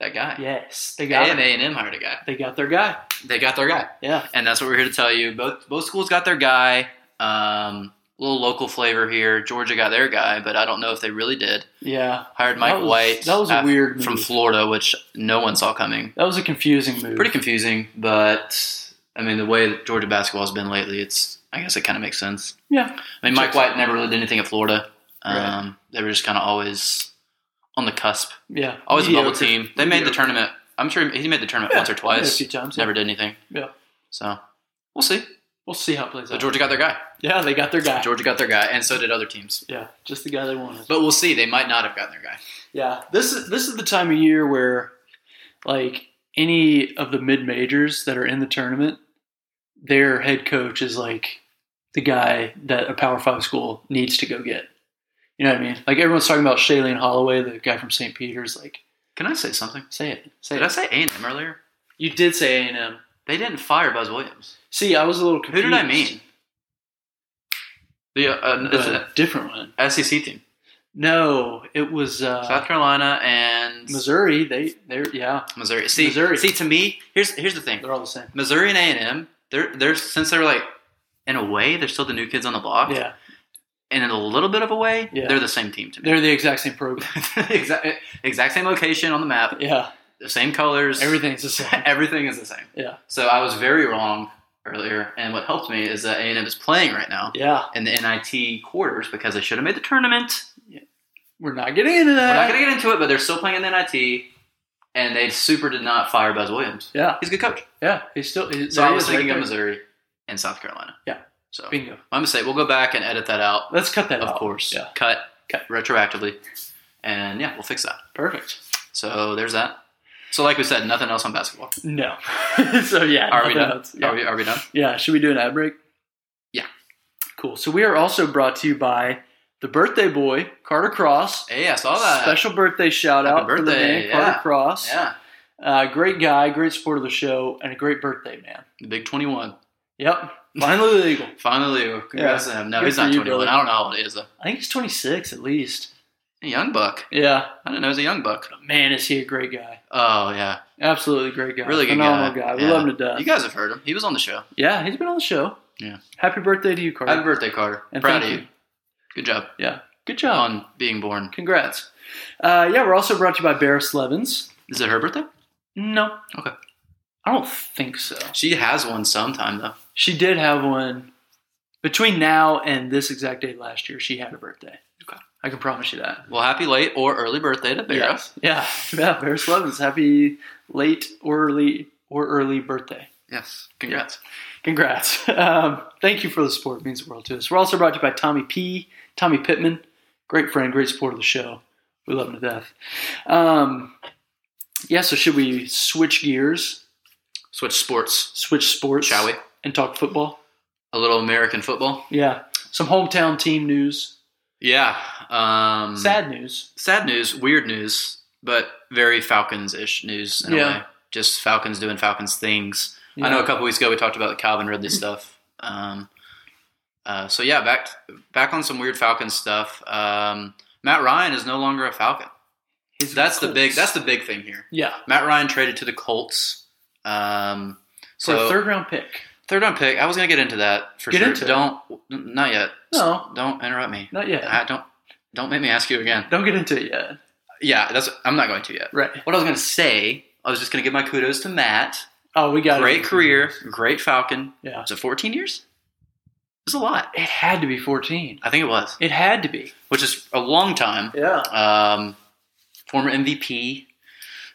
B: That guy.
A: Yes, they got
B: A
A: him.
B: and A and M hired a guy.
A: They got their guy.
B: They got their guy,
A: Yeah.
B: and that's what we're here to tell you. Both both schools got their guy. Um, little local flavor here. Georgia got their guy, but I don't know if they really did.
A: Yeah.
B: Hired Mike
A: that was,
B: White.
A: That was a
B: af-
A: weird move.
B: from Florida, which no one saw coming.
A: that was a confusing move.
B: pretty confusing, but I mean the way that Georgia basketball has been lately, it's I guess it kind of makes sense.
A: Yeah.
B: I mean Mike White never really did anything at Florida. Um,
A: Right.
B: They were just kind of always on the cusp,
A: yeah.
B: always a bubble
A: Mediocre.
B: team. They made the
A: Mediocre.
B: tournament. I'm sure he made the tournament
A: Yeah,
B: once or
A: Yeah, a
B: twice.
A: few times.
B: Never did anything.
A: Yeah.
B: So we'll see.
A: We'll see how it plays
B: So
A: out.
B: Georgia got their guy.
A: yeah, they got their guy.
B: Georgia got their guy, and so did other teams.
A: Yeah, just the guy they wanted.
B: But we'll see. They might not have gotten their guy.
A: Yeah, this is this is the time of year where, like any of the mid majors that are in the tournament, their head coach is like the guy that a Power Five school needs to go get. You know what I mean? Like everyone's talking about Shailene Holloway, the guy from St. Peter's. Like,
B: Can I say something?
A: say it, say
B: Did I
A: it.
B: say A&M earlier?
A: You did say A and M.
B: They didn't fire Buzz Williams.
A: See, I was a little
B: Who
A: confused.
B: did I mean? The uh,
A: The
B: it's a-
A: different one.
B: SEC team.
A: No, it was uh,
B: South Carolina and
A: Missouri. They, they're yeah,
B: Missouri. See,
A: Missouri.
B: see, to me, here's here's the thing.
A: they're all the same.
B: Missouri and A and M. They're they're since they were like, in a way, they're still the new kids on the block.
A: Yeah,
B: And in a little bit of a way,
A: Yeah.
B: they're the same team to me.
A: they're the exact same program.
B: exact exact same location on the map,
A: Yeah,
B: the same colors.
A: everything's the same.
B: everything is the same.
A: Yeah.
B: So I was very wrong earlier, and what helped me is that A and M is playing right now
A: Yeah,
B: in the NIT quarters because they should have made the tournament.
A: we're not getting into that.
B: We're not going to get into it, but they're still playing in the NIT, and they super did not fire Buzz Williams.
A: Yeah,
B: He's a good coach.
A: yeah. He's still. He,
B: So
A: there
B: I
A: he
B: was
A: is,
B: thinking
A: right
B: of
A: there.
B: Missouri and South Carolina.
A: Yeah.
B: So
A: Bingo.
B: my mistake. We'll go back and edit that out,
A: Let's cut that
B: of
A: out.
B: course.
A: Yeah.
B: Cut,
A: Cut.
B: retroactively, and yeah, we'll fix that.
A: Perfect.
B: So there's that. So like we said, nothing else on basketball.
A: No. so yeah.
B: Are we
A: nothing
B: done?
A: else. Yeah.
B: Are we are we done?
A: Yeah, Should we do an ad break?
B: Yeah.
A: Cool. So we are also brought to you by the birthday boy Carter Cross.
B: Hey, I saw that.
A: Special birthday shout
B: Happy
A: out for the
B: birthday,
A: man
B: yeah.
A: Carter Cross.
B: Yeah,
A: Uh, great guy, great supporter of the show, and a great birthday man.
B: the big twenty-one.
A: Yep. Finally legal.
B: Finally, congrats to him. No,
A: Good
B: he's
A: for
B: not
A: you,
B: twenty-one.
A: brother.
B: I don't know how old he is though.
A: I think he's 26 at least.
B: A young buck.
A: Yeah.
B: I didn't know he was a young buck.
A: Man, is he a great guy.
B: Oh yeah,
A: Absolutely great guy.
B: Really good
A: Phenomenal
B: guy.
A: guy. We
B: Yeah.
A: love him to death.
B: you guys have heard him. He was on the show.
A: Yeah, he's been on the show.
B: Yeah.
A: Happy birthday to you, Carter.
B: Happy birthday, Carter.
A: And
B: Proud
A: thank
B: of you. Good job
A: Yeah. Good job.
B: on being born.
A: Congrats. Uh, yeah, we're also brought to you by Barris Levins.
B: Is it her birthday?
A: No.
B: Okay.
A: I don't think so.
B: She has one sometime though.
A: She did have one between now and this exact date last year. She had a birthday.
B: Okay.
A: I can promise you that.
B: Well, happy late or early birthday to Bear.
A: Yes. Yeah. Yeah. Barris Levins. Happy late or early or early birthday.
B: Yes. Congrats.
A: Congrats. Um, thank you for the support. It means the world to us. We're also brought to you by Tommy P. Tommy Pittman. Great friend, great supporter of the show. We love him to death. Um, yeah, so should we switch gears,
B: Switch sports,
A: switch sports?
B: shall we?
A: And talk football?
B: A little American football.
A: Yeah. Some hometown team news.
B: Yeah. Um,
A: Sad news.
B: sad news, weird news, but very Falcons-ish news in
A: Yeah.
B: a way. Just Falcons doing Falcons things. I know a couple weeks ago we talked about the Calvin Ridley
A: Mm-hmm.
B: stuff. Um, uh, so yeah, back back on some weird Falcons stuff. Um, Matt Ryan is no longer a Falcon.
A: He's-
B: That's the big. That's the big thing here.
A: Yeah.
B: Matt Ryan traded to the Colts. Um,
A: So,
B: so
A: third round pick.
B: third round pick. I was gonna get into that for
A: Get
B: sure.
A: into it.
B: don't not yet.
A: No,
B: Don't interrupt me.
A: not yet.
B: I don't don't make me ask you again.
A: Don't get into it yet.
B: Yeah, that's I'm not going to yet.
A: Right.
B: What I was gonna say, I was just gonna give my kudos to Matt
A: Oh, we got
B: Great
A: It.
B: career, great Falcon.
A: Yeah,
B: Was it 14 years? It's a lot.
A: it had to be 14.
B: I think it was,
A: It had to be.
B: which is a long time.
A: Yeah.
B: Um, former MVP.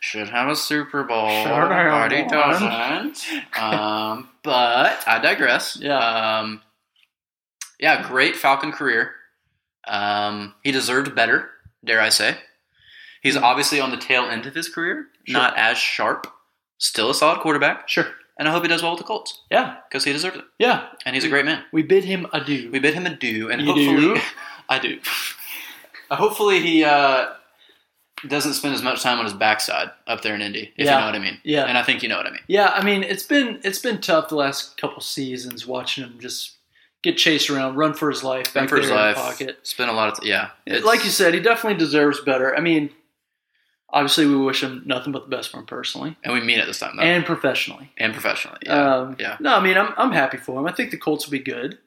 B: Should have a Super Bowl.
A: Should have
B: but he
A: one.
B: doesn't. um, but I digress.
A: Yeah.
B: Um, yeah, great Falcon career. Um, he deserved better, dare I say. He's obviously on the tail end of his career,
A: Hmm. Sure.
B: not as sharp. Still a solid quarterback,
A: Sure.
B: and I hope he does well with the Colts
A: Yeah.
B: because he deserves it,
A: Yeah.
B: and he's a great man.
A: We bid him adieu.
B: We bid him adieu, and
A: You
B: hopefully,
A: do?
B: I do. Uh, hopefully, he uh, doesn't spend as much time on his backside up there in Indy, if
A: Yeah.
B: you know what I mean.
A: yeah.
B: And I think you know what I mean.
A: Yeah, I mean it's been it's been tough the last couple seasons watching him just get chased around, run for his life, back
B: Back for his
A: there
B: life,
A: in the pocket.
B: spend a lot of t- yeah. It's-
A: like you said, he definitely deserves better. I mean, obviously we wish him nothing but the best for him personally
B: and we mean it this time though, and,
A: and professionally.
B: professionally. Yeah.
A: Um,
B: yeah.
A: No, I mean I'm I'm happy for him. I think the Colts will be good.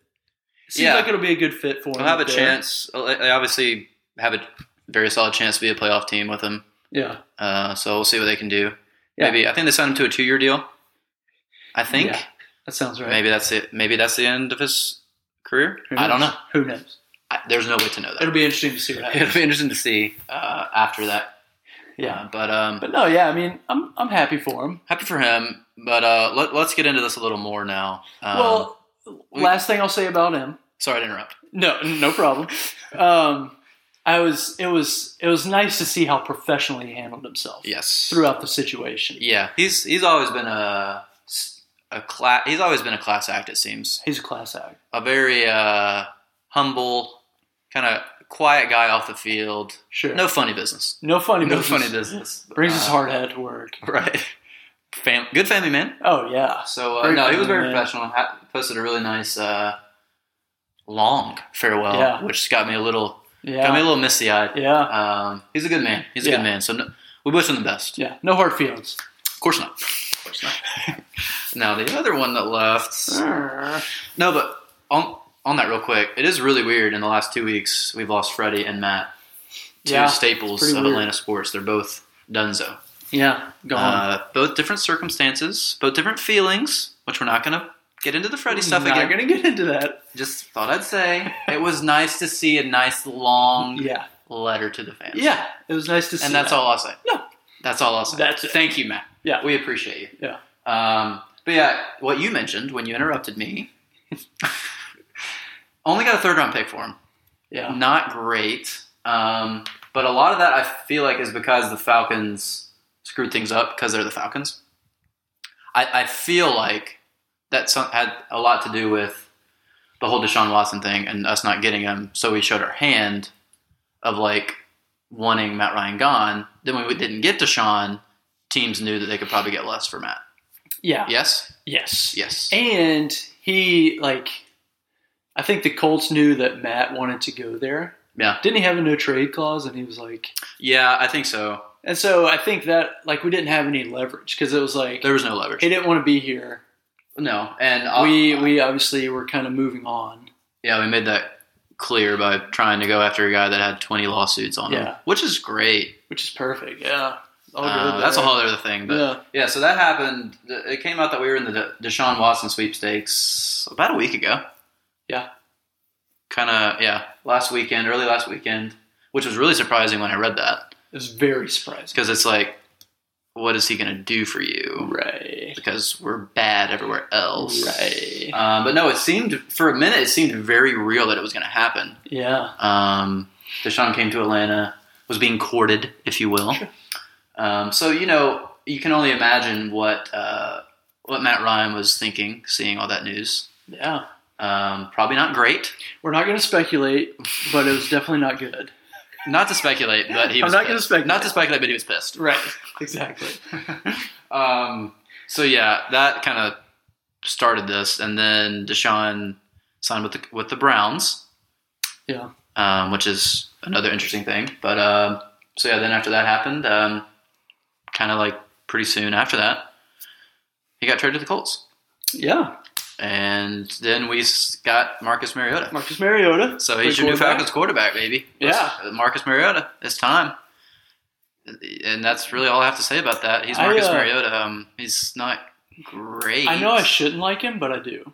A: Seems
B: Yeah.
A: like it'll be a good fit for him.
B: They'll have a
A: there.
B: chance. They obviously have a very solid chance to be a playoff team with him.
A: Yeah.
B: Uh, so we'll see what they can do.
A: Yeah.
B: Maybe I think they signed him to a two-year deal. I think
A: Yeah, That sounds right.
B: maybe that's it. Maybe that's the end of his career.
A: Who
B: I don't
A: knows?
B: know.
A: Who knows?
B: I, there's no way to know that.
A: It'll be interesting to see what happens.
B: It'll be interesting to see uh, after that.
A: yeah.
B: Uh, but um,
A: But no, yeah, I mean I'm I'm happy for him.
B: happy for him. But uh, let, us get into this a little more now. Um,
A: well,
B: we-
A: last thing I'll say about him
B: sorry to interrupt.
A: No, no problem. um, I was. It was. It was nice to see how professionally he handled himself
B: Yes.
A: throughout the situation.
B: Yeah, he's he's always been a a class. He's always been a class act. It seems
A: He's a class act.
B: a very uh, humble, kind of quiet guy off the field.
A: Sure.
B: No funny business.
A: no funny.
B: No
A: business.
B: funny business.
A: Brings
B: Uh,
A: his hard hat to work.
B: Right. Fam- good family man.
A: Oh yeah.
B: So uh,
A: Very
B: no, he was
A: friendly
B: very
A: man.
B: professional. Ha- posted a really nice uh, long farewell,
A: Yeah.
B: which got me a little got me a
A: Yeah.
B: little misty eyed.
A: Yeah.
B: Um, he's a good man. He's a
A: Yeah.
B: good man. So no, we wish him the best.
A: Yeah. No hard feelings.
B: Of course not. Of course not. now the other one that left. No, but on on that real quick, it is really weird. In the last two weeks, we've lost Freddie and Matt, two
A: Yeah.
B: staples
A: pretty
B: of
A: weird.
B: Atlanta sports. They're both Dunzo.
A: Yeah. Gone.
B: Uh, both different circumstances, both different feelings, which we're not going to get into the Freddie stuff
A: Not
B: again.
A: gonna get into that.
B: Just thought I'd say it was nice to see a nice long
A: Yeah.
B: letter to the fans.
A: Yeah. It was nice to see.
B: Um, and that's
A: that.
B: all I'll say.
A: No.
B: that's all I'll say.
A: That's it.
B: Thank you, Matt.
A: Yeah.
B: we appreciate you.
A: Yeah.
B: Um, but yeah, what you mentioned when you interrupted me, only got a third round pick for him.
A: Yeah.
B: Not great. Um, but a lot of that I feel like is because the Falcons screwed things up because they're the Falcons. I, I feel like that some, had a lot to do with the whole Deshaun Watson thing and us not getting him. So we showed our hand of like wanting Matt Ryan gone. Then when we didn't get Deshaun, teams knew that they could probably get less for Matt.
A: Yeah.
B: Yes,
A: Yes.
B: yes,
A: And he like, I think the Colts knew that Matt wanted to go there.
B: yeah,
A: Didn't he have a no trade clause? And he was like,
B: yeah. I think so.
A: and so I think that like we didn't have any leverage because it was like
B: There was no leverage.
A: he didn't want to be here.
B: no, and uh,
A: we we obviously were kind of moving on.
B: Yeah, we made that clear by trying to go after a guy that had 20 lawsuits on him,
A: Yeah.
B: which is great.
A: Which is perfect. Yeah. All
B: Uh,
A: good
B: that's a
A: there.
B: whole other thing. But yeah.
A: Yeah.
B: so that happened. It came out that we were in the De- Deshaun Watson sweepstakes about a week ago.
A: Yeah.
B: Kind of, yeah, last weekend, early last weekend, which was really surprising when I read that
A: It was very surprising.
B: because it's like, what is he going to do for you?
A: Right.
B: Because we're bad everywhere else.
A: Right.
B: Um, but no, it seemed, for a minute, it seemed very real that it was going to happen.
A: Yeah.
B: Um, Deshaun came to Atlanta, was being courted, if you will.
A: Sure.
B: Um, so you know, you can only imagine what uh, what Matt Ryan was thinking, seeing all that news.
A: Yeah.
B: Um, probably not great.
A: We're not going to speculate, but it was definitely not good.
B: Not to speculate, but he
A: I'm
B: was
A: not gonna
B: pissed.
A: speculate.
B: Not to speculate, but he was pissed.
A: Right. Exactly.
B: Um, so yeah, that kind of started this, and then Deshaun signed with the with the Browns.
A: Yeah.
B: um, which is another interesting thing. But um so yeah, then after that happened, um, kind of like pretty soon after that, he got traded to the Colts,
A: Yeah.
B: and then we s- got Marcus Mariota.
A: Marcus Mariota.
B: So
A: Great
B: he's your new
A: quarterback.
B: Falcons quarterback, baby.
A: Yeah.
B: Let's- Marcus Mariota. It's time. And that's really all I have to say about that. He's
A: I,
B: Marcus
A: uh,
B: Mariota. Um, he's not great.
A: I know I shouldn't like him, but I do.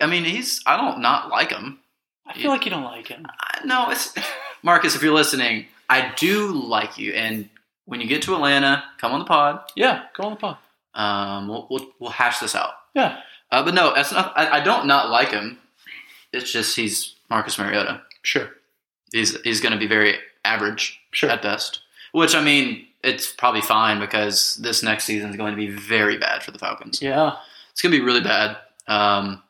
B: I mean, he's. I don't not like him.
A: I feel
B: Yeah.
A: like you don't like him.
B: I, no, it's Marcus. If you're listening, I do like you. And when you get to Atlanta, come on the pod.
A: Yeah, go on the pod.
B: Um, we'll we'll, we'll hash this out.
A: Yeah,
B: Uh, but no, that's not. I, I don't not like him. It's just he's Marcus Mariota.
A: sure,
B: He's he's going to be very average.
A: sure.
B: at best. Which I mean, it's probably fine because this next season is going to be very bad for the Falcons.
A: yeah,
B: It's going to be really bad. Um,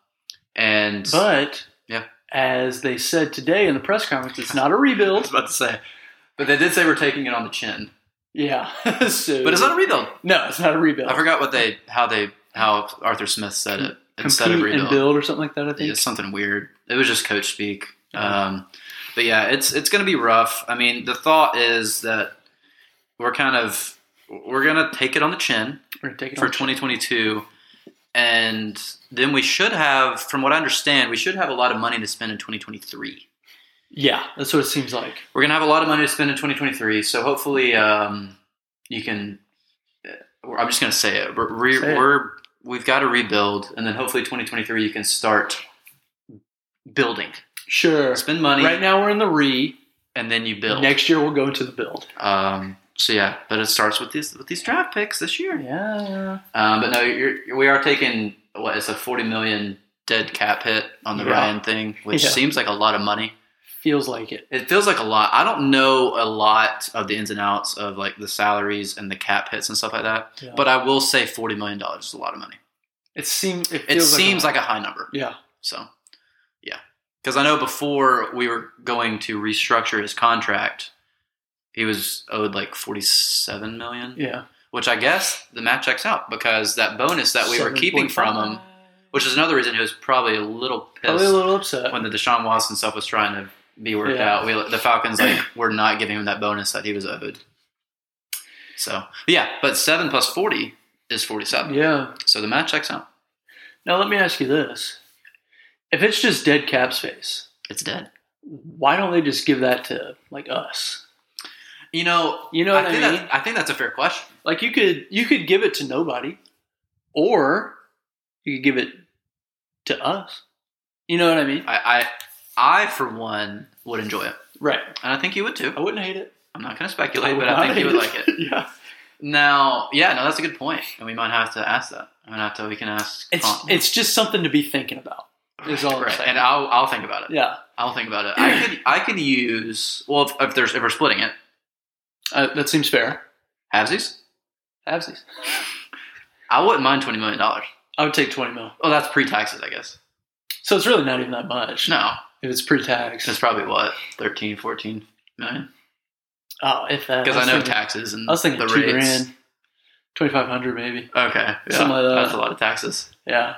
B: and I
A: but
B: Yeah.
A: as they said today in the press conference, it's not a
B: was
A: rebuild.
B: about to say, but they did say we're taking it on the chin.
A: Yeah, so,
B: But it's not a rebuild.
A: no, it's not a rebuild.
B: I forgot what they how they how Arthur Smith said it instead of
A: Compete and
B: rebuild.
A: build or something like that. I think.
B: It's something weird. It was just coach speak. Um, but yeah, it's it's going to be rough. I mean, the thought is that we're kind of we're going to take it on the chin.
A: We're gonna take it
B: for
A: on.
B: 2022 and then we should have from what i understand we should have a lot of money to spend in 2023
A: Yeah, that's what it seems like.
B: we're going to have a lot of money to spend in 2023 so hopefully um, you can uh, i'm just going to say it we're, we
A: Say it.
B: we're we've got to rebuild and then hopefully 2023 you can start building
A: Sure.
B: spend money
A: Right now we're in the re.
B: and then you build
A: Next year we'll go into the build.
B: um, so yeah but it starts with these with these draft picks this year
A: Yeah.
B: Um, but no, you're, we are taking what is a 40 million dead cap hit on the
A: Yeah.
B: Ryan thing, which
A: Yeah.
B: seems like a lot of money.
A: Feels like it.
B: It feels like a lot. I don't know a lot of the ins and outs of like the salaries and the cap hits and stuff like that,
A: Yeah.
B: but I will say 40 million dollars is a lot of money.
A: It seems. It,
B: It
A: feels
B: seems
A: a lot.
B: like a, high number.
A: Yeah.
B: So, yeah, because I know before we were going to restructure his contract, he was owed like 47 million,
A: Yeah.
B: which I guess the math checks out because that bonus that we were keeping from him
A: 7.5.
B: which is another reason he was probably a little pissed
A: Probably a little upset.
B: when the Deshaun Watson stuff was trying to be worked
A: Yeah.
B: out. We, the Falcons like were not giving him that bonus that he was owed. So but yeah, but seven plus forty is forty-seven.
A: yeah.
B: So the math checks out.
A: Now let me ask you this: If it's just dead cap space,
B: It's dead.
A: why don't they just give that to like us?
B: You know.
A: You know what I,
B: think
A: mean?
B: That's, I think that's a fair question.
A: Like you could you could give it to nobody, or you could give it to us. You know what I mean?
B: I, I, I for one would enjoy it,
A: Right.
B: and I think you would too.
A: I wouldn't hate it.
B: I'm not going to
A: I
B: speculate,
A: would
B: but I
A: not
B: think you would
A: hate
B: like it.
A: yeah.
B: Now, yeah, no, that's a good point, and we might have to ask that. I'm gonna have to. We can ask.
A: It's
B: Con-
A: it's just something to be thinking about. is all I'm
B: right,
A: saying.
B: and I'll I'll think about it.
A: Yeah.
B: I'll think about it. I could I could use well if, if there's if we're splitting it
A: Uh, that seems fair.
B: halvesies.
A: Absies.
B: I wouldn't mind twenty million dollars.
A: I would take twenty mil.
B: Oh, that's pre taxes, I guess.
A: So it's really not even that much.
B: No,
A: If it's pre-tax.
B: that's probably what 13, 14 million.
A: oh, if that.
B: Because I
A: was
B: know
A: thinking-
B: taxes and
A: I was thinking
B: the
A: two
B: rates.
A: grand, twenty five hundred maybe.
B: Okay, yeah,
A: Something like that.
B: that's a lot of taxes.
A: Yeah,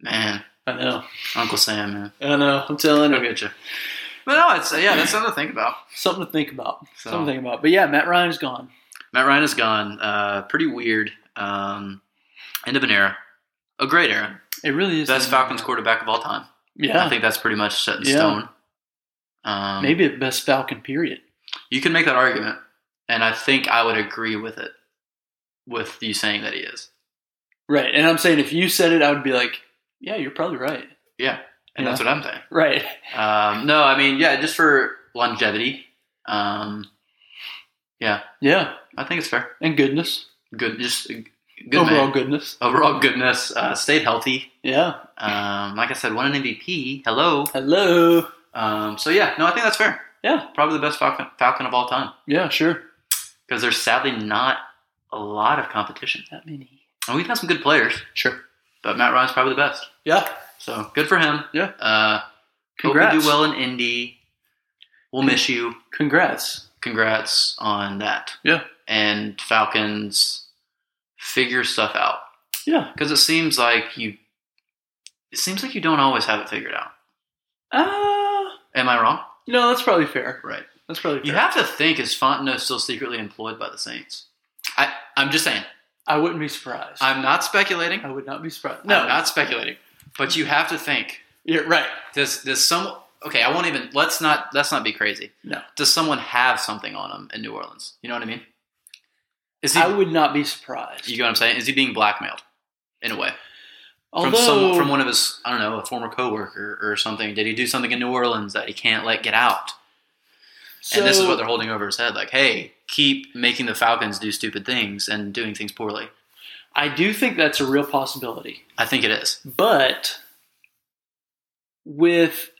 B: Man,
A: I know.
B: Uncle Sam, man,
A: I know. I'm telling
B: go
A: you,
B: get you. But no, it's yeah, that's something to think about.
A: something to think about.
B: So.
A: Something to think about. But yeah, Matt Ryan's gone.
B: Matt Ryan is gone. Uh, pretty weird. Um, end of an era, a great era.
A: It really is.
B: Best Falcons quarterback of all time. I
A: Yeah,
B: think that's pretty much set in
A: Yeah.
B: stone. Um,
A: maybe the best Falcon period.
B: you can make that argument, and I think I would agree with it, with you saying that he is.
A: Right, and I'm saying if you said it, I would be like, yeah, you're probably right.
B: Yeah, and that's what I'm saying.
A: Right.
B: Um, no, I mean, yeah, just for longevity. Um, yeah,
A: Yeah,
B: I think it's fair.
A: and goodness.
B: Good, just a good
A: Overall
B: man.
A: goodness.
B: Overall goodness. Uh, stayed healthy.
A: Yeah.
B: Um, like I said, won an MVP. Hello.
A: Hello.
B: Um, so yeah, no, I think that's fair.
A: Yeah.
B: probably the best Falcon, Falcon of all time
A: Yeah. Sure.
B: because there's sadly not a lot of competition.
A: That many.
B: And we've had some good players,
A: Sure.
B: but Matt Ryan's probably the best.
A: Yeah.
B: So good for him.
A: Yeah.
B: Uh,
A: Congrats.
B: Hope you do well in Indy. We'll miss you.
A: Congrats.
B: Congrats on that.
A: Yeah.
B: And Falcons, figure stuff out
A: Yeah.
B: because it seems like you. It seems like you don't always have it figured out.
A: Uh,
B: Am I wrong?
A: no, that's probably fair.
B: Right.
A: That's probably fair.
B: You have to think is Fontenot still secretly employed by the Saints? I I'm just saying.
A: I wouldn't be surprised.
B: I'm not speculating.
A: I would not be surprised.
B: I'm not speculating. But you have to think.
A: you're right.
B: Does does some okay? I won't even. Let's not let's not be crazy.
A: No.
B: Does someone have something on him in New Orleans? You know what I mean? Is he?
A: I would not be surprised.
B: you know what I'm saying? Is he being blackmailed? in a way.
A: Although,
B: from some, from one of his, I don't know, a former coworker or something. Did he do something in New Orleans that he can't let get out?
A: so,
B: and this is what they're holding over his head, like, hey, keep making the Falcons do stupid things and doing things poorly.
A: I do think that's a real possibility.
B: I think it is.
A: But with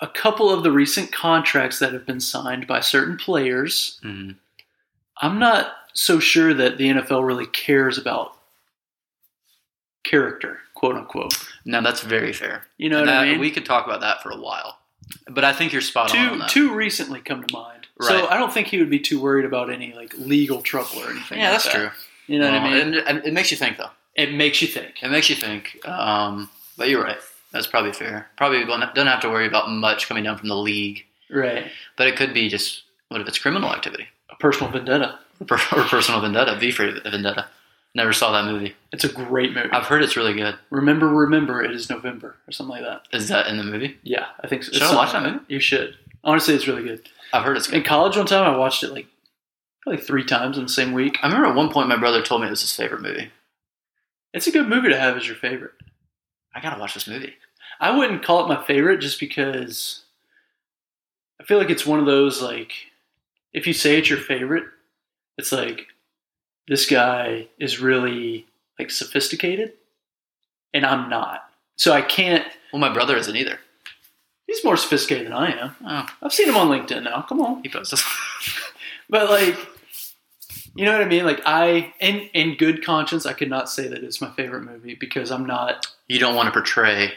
A: a couple of the recent contracts that have been signed by certain players,
B: Mhm.
A: I'm not so sure that the NFL really cares about character, quote unquote.
B: No, that's very fair.
A: You know
B: And
A: what I
B: that-
A: mean?
B: We could talk about that for a while, but I think you're spot on. on
A: two
B: that.
A: two recently come to mind. So
B: Right.
A: I don't think he would be too worried about any like legal trouble or anything.
B: yeah,
A: like
B: that's
A: that.
B: true.
A: You know what I
B: Well,
A: mean?
B: Uh, and- and it makes you think, though.
A: It makes you think.
B: It makes you think. Um, but you're right. That's probably fair. Probably don't don't have to worry about much coming down from the league,
A: Right.
B: but it could be just what if it's criminal activity
A: A personal vendetta.
B: or, per- or personal vendetta? V for vendetta. Never saw that movie.
A: It's a great movie.
B: I've heard it's really good.
A: remember, remember, it is November or something like that.
B: Is that in the movie?
A: Yeah, I think so. It's
B: Should I watch
A: something
B: that
A: like You should. Honestly, it's really good.
B: I've heard it's
A: In
B: good.
A: college, one time I watched it like probably three times in the same week.
B: I remember at one point my brother told me it was his favorite movie.
A: It's a good movie to have as your favorite.
B: I gotta watch this movie.
A: I wouldn't call it my favorite just because I feel like it's one of those like if you say it's your favorite, it's like this guy is really like sophisticated and I'm not. So I can't
B: Well, my brother isn't either.
A: he's more sophisticated than I am.
B: Oh,
A: I've seen him on LinkedIn now. Come on.
B: he posts.
A: But like you know what I mean? Like I in in good conscience I could not say that it's my favorite movie because I'm not
B: you don't want to portray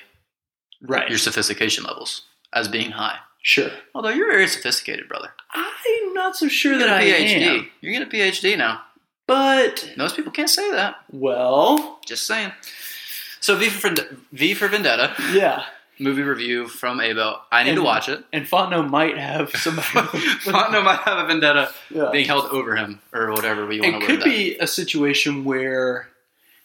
A: right.
B: your sophistication levels as being high.
A: sure.
B: Although you're very sophisticated, brother.
A: I'm not so sure
B: You're
A: that I
B: getting a PhD.
A: am.
B: You're getting a PhD now.
A: But
B: Most people can't say that.
A: well,
B: Just saying. So V for Vend- V for Vendetta
A: Yeah,
B: movie review from Abel. I need to
A: And-
B: watch it.
A: and Fontenot might have somebody.
B: Fontenot might have a vendetta
A: Yeah.
B: being held over him or whatever we want
A: It
B: to
A: could
B: word that.
A: be a situation where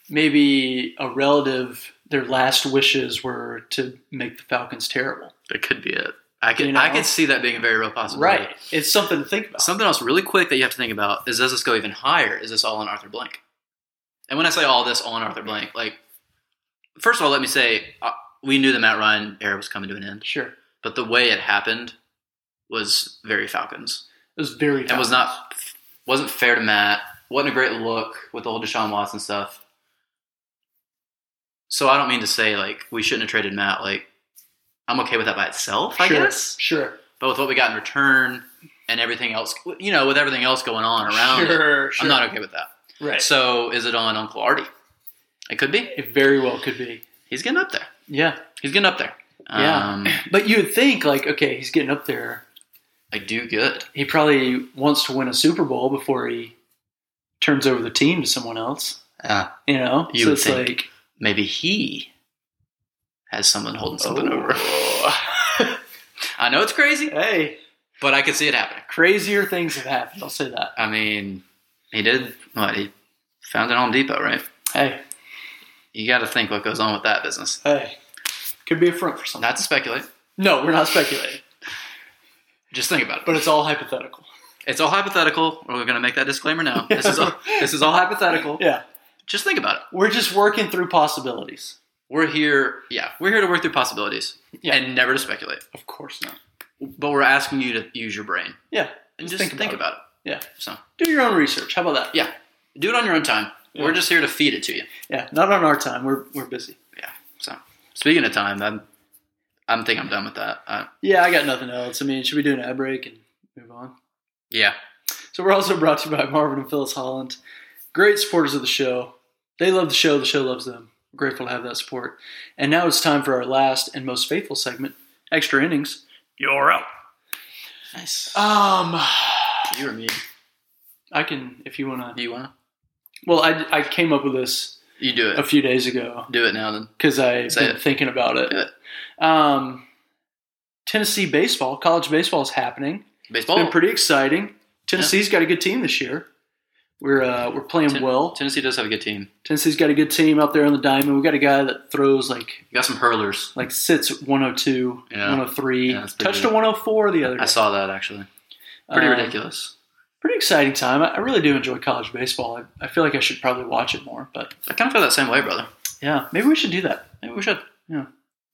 A: maybe a relative, their last wishes were to make the Falcons terrible.
B: That could be it. I could
A: You know?
B: I could see that being a very real possibility.
A: Right. It's something to think about.
B: Something else really quick that you have to think about is does this go even higher? Is this all on Arthur Blank? And when I say all this all on Arthur Blank, like first of all, let me say uh, we knew the Matt Ryan era was coming to an end,
A: Sure. It
B: but the way it happened was very Falcons.
A: was very.
B: and was not wasn't fair to Matt. wasn't a great look with the whole Deshaun Watson stuff. So I don't mean to say like we shouldn't have traded Matt. Like I'm okay with that by itself, I
A: Sure.
B: guess.
A: Sure.
B: But with what we got in return and everything else, you know, with everything else going on around, it,
A: Sure. sure.
B: I'm not okay with that.
A: Right.
B: So is it on Uncle Artie? It could be.
A: it very well could be.
B: He's getting up there.
A: Yeah.
B: He's getting up there.
A: Yeah.
B: Um,
A: But you would think like, okay, he's getting up there.
B: I do good.
A: He probably wants to win a Super Bowl before he turns over the team to someone else.
B: Uh,
A: You know.
B: You
A: so
B: would
A: it's
B: think.
A: like.
B: maybe he has someone holding something over.
A: Oh. over.
B: I know it's crazy.
A: hey,
B: But I could see it happening.
A: crazier things have happened. I'll say that.
B: I mean, he did what he found it Home Depot, right?
A: Hey,
B: You got to think what goes on with that business.
A: hey, could be a front for something.
B: Not to speculate,
A: No, we're not speculating,
B: just think about it.
A: but it's all hypothetical.
B: It's all hypothetical. We're going to make that disclaimer now. This is all, this is all hypothetical.
A: Yeah,
B: Just think about it.
A: we're just working through possibilities.
B: We're here, yeah, we're here to work through possibilities
A: Yeah.
B: and never to speculate.
A: Of course not.
B: But we're asking you to use your brain
A: Yeah,
B: and
A: Just
B: just,
A: think
B: think, about,
A: yeah.
B: it. So
A: Do your own research. How about that?
B: yeah, do it on your own time.
A: Yeah.
B: We're just here to feed it to you.
A: Yeah, not on our time. We're we're busy.
B: So speaking of time, I'm, I'm think I'm done with that. Uh,
A: Yeah, I got nothing else. I mean, should we do an ad break and move on?
B: yeah,
A: So we're also brought to you by Marvin and Phyllis Holland, great supporters of the show. They love the show. The show loves them. We're grateful to have that support. And now it's time for our last and most faithful segment, extra innings. You're up.
B: nice.
A: Um,
B: you or me?
A: I can if you want
B: Do
A: to.
B: you want to?
A: Well, I, I came up with this
B: You do it.
A: a few days ago
B: Do it now then.
A: because I've
B: Say
A: been
B: it.
A: thinking about it.
B: Do it.
A: Um, Tennessee baseball, college baseball is happening. It's
B: Baseball.
A: been pretty exciting. Tennessee's got a good team this year. We're uh, we're playing
B: Ten-
A: well.
B: Tennessee does have a good team.
A: Tennessee's got a good team out there on the diamond. We got a guy that throws like
B: You got some hurlers.
A: like sits oh at 102,
B: Yeah.
A: 103,
B: Yeah, that's pretty
A: touched
B: good.
A: a 104 the other day.
B: I saw that actually. Pretty
A: Um,
B: ridiculous.
A: Pretty exciting time. I, I really do enjoy college baseball. I, I feel like I should probably watch it more, but
B: I kind of feel that same way, brother.
A: Yeah, maybe we should do that. Maybe we should. Yeah,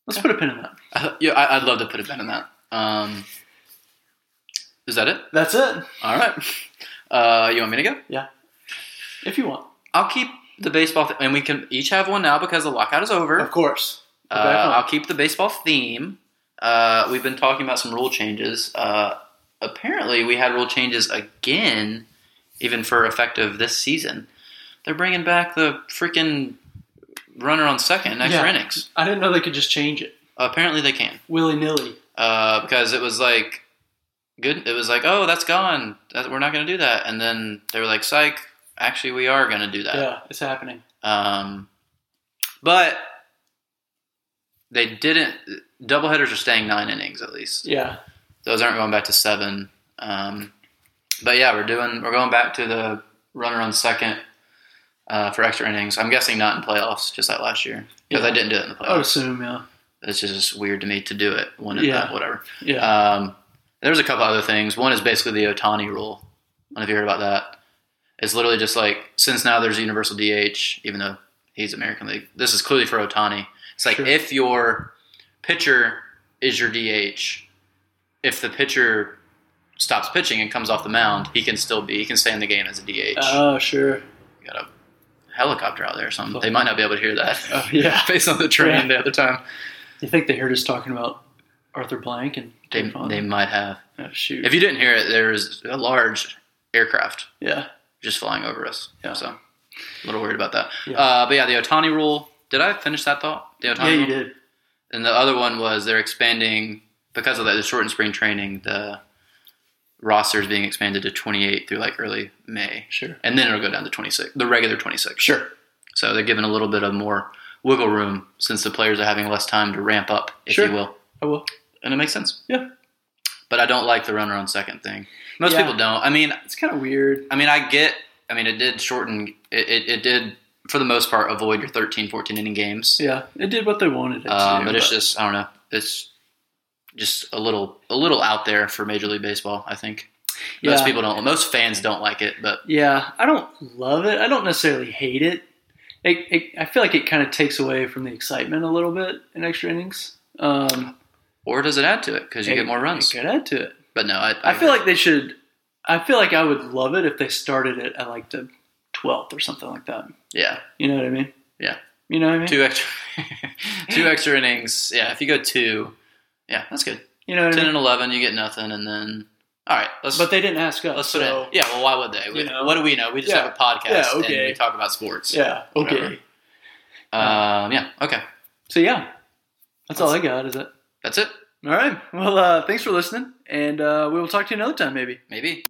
A: let's put a pin in that.
B: Uh, yeah, I, I'd love to put a pin in that. Um, is that it?
A: That's it.
B: All right. Uh, you want me to go?
A: If you want,
B: I'll keep the baseball, th- and we can each have one now because the lockout is over.
A: of course. Go back
B: Uh,
A: on.
B: I'll keep the baseball theme. Uh, we've been talking about some rule changes. Uh, apparently, we had rule changes again, even for effective this season. They're bringing back the freaking runner on second extra
A: Yeah.
B: innings.
A: I didn't know they could just change it
B: apparently, they can
A: willy nilly.
B: uh, because it was like good. It was like, oh, that's gone. That, we're not going to do that. And then they were like, psych. Actually, we are going to do that.
A: Yeah, it's happening.
B: Um, but they didn't. Doubleheaders are staying nine innings at least.
A: Yeah,
B: Those aren't going back to seven. Um, but yeah, we're doing. We're going back to the runner on second uh, for extra innings. I'm guessing not in playoffs, just like last year, because I
A: Yeah. Oh,
B: didn't do it in the
A: I would
B: playoffs.
A: assume. Yeah,
B: It's just weird to me to do it when it,
A: Yeah.
B: whatever.
A: yeah.
B: Um, there's a couple other things. One is basically the Otani rule. I don't know if you heard about that. It's literally just like since now there's a universal DH, even though he's American League. This is clearly for Otani. It's like
A: Sure.
B: if your pitcher is your DH, if the pitcher stops pitching and comes off the mound, he can still be he can stay in the game as a DH.
A: oh sure.
B: We got a helicopter out there or something. They might not be able to hear that
A: Oh yeah.
B: based on the train
A: Yeah.
B: the other time.
A: You think they heard us talking about Arthur Blank and
B: They, they might have.
A: oh, shoot.
B: If you didn't hear it, there was a large aircraft
A: yeah.
B: just flying over us.
A: Yeah.
B: So a little worried about that.
A: Yeah.
B: Uh, but yeah, the Otani rule. Did I finish that thought? The Otani
A: Yeah, you
B: rule?
A: did.
B: And the other one was they're expanding because of that, the shortened spring training, the roster is being expanded to 28 through like early May.
A: Sure.
B: And then it'll go down to 26, the regular 26.
A: Sure.
B: So they're giving a little bit of more wiggle room since the players are having less time to ramp up, if
A: Sure.
B: you will.
A: I will.
B: And it makes sense.
A: Yeah.
B: But I don't like the runner on second thing. Most
A: Yeah.
B: people don't. I mean,
A: It's kind of weird.
B: I mean, I get. I mean, it did shorten. It, it, it did, for the most part, avoid your 13, 14 inning games.
A: Yeah, it did what they wanted it
B: Uh,
A: to.
B: but it's just, I don't know. It's just a little, a little out there for Major League Baseball. I think most
A: Yeah.
B: people don't. Most fans don't like it, but
A: Yeah, I don't love it. I don't necessarily hate it. It, it I feel like it kind of takes away from the excitement a little bit in extra innings. Um,
B: or does it add to it because you
A: it-
B: get more runs?
A: It could add to it.
B: But no, I,
A: I feel like they should. I feel like I would love it if they started it at like the twelfth or something like that.
B: yeah,
A: You know what I mean?
B: Yeah.
A: You know what I mean?
B: two extra, two extra innings. Yeah, if you go two, yeah, that's good.
A: you know what I
B: Ten
A: mean?
B: and eleven, you get nothing, and then all right, let's
A: But they didn't ask us.
B: Let's put
A: so,
B: it. Yeah. Well, why would they? We-
A: You know.
B: what do we know? We just
A: Yeah.
B: have a podcast
A: Yeah, okay.
B: and we talk about sports.
A: Yeah. Okay.
B: Whatever. Um, yeah. Okay.
A: So yeah, that's all I got. Is it?
B: That's it.
A: All right. Well, uh, thanks for listening, and uh, we will talk to you another time, maybe.
B: Maybe.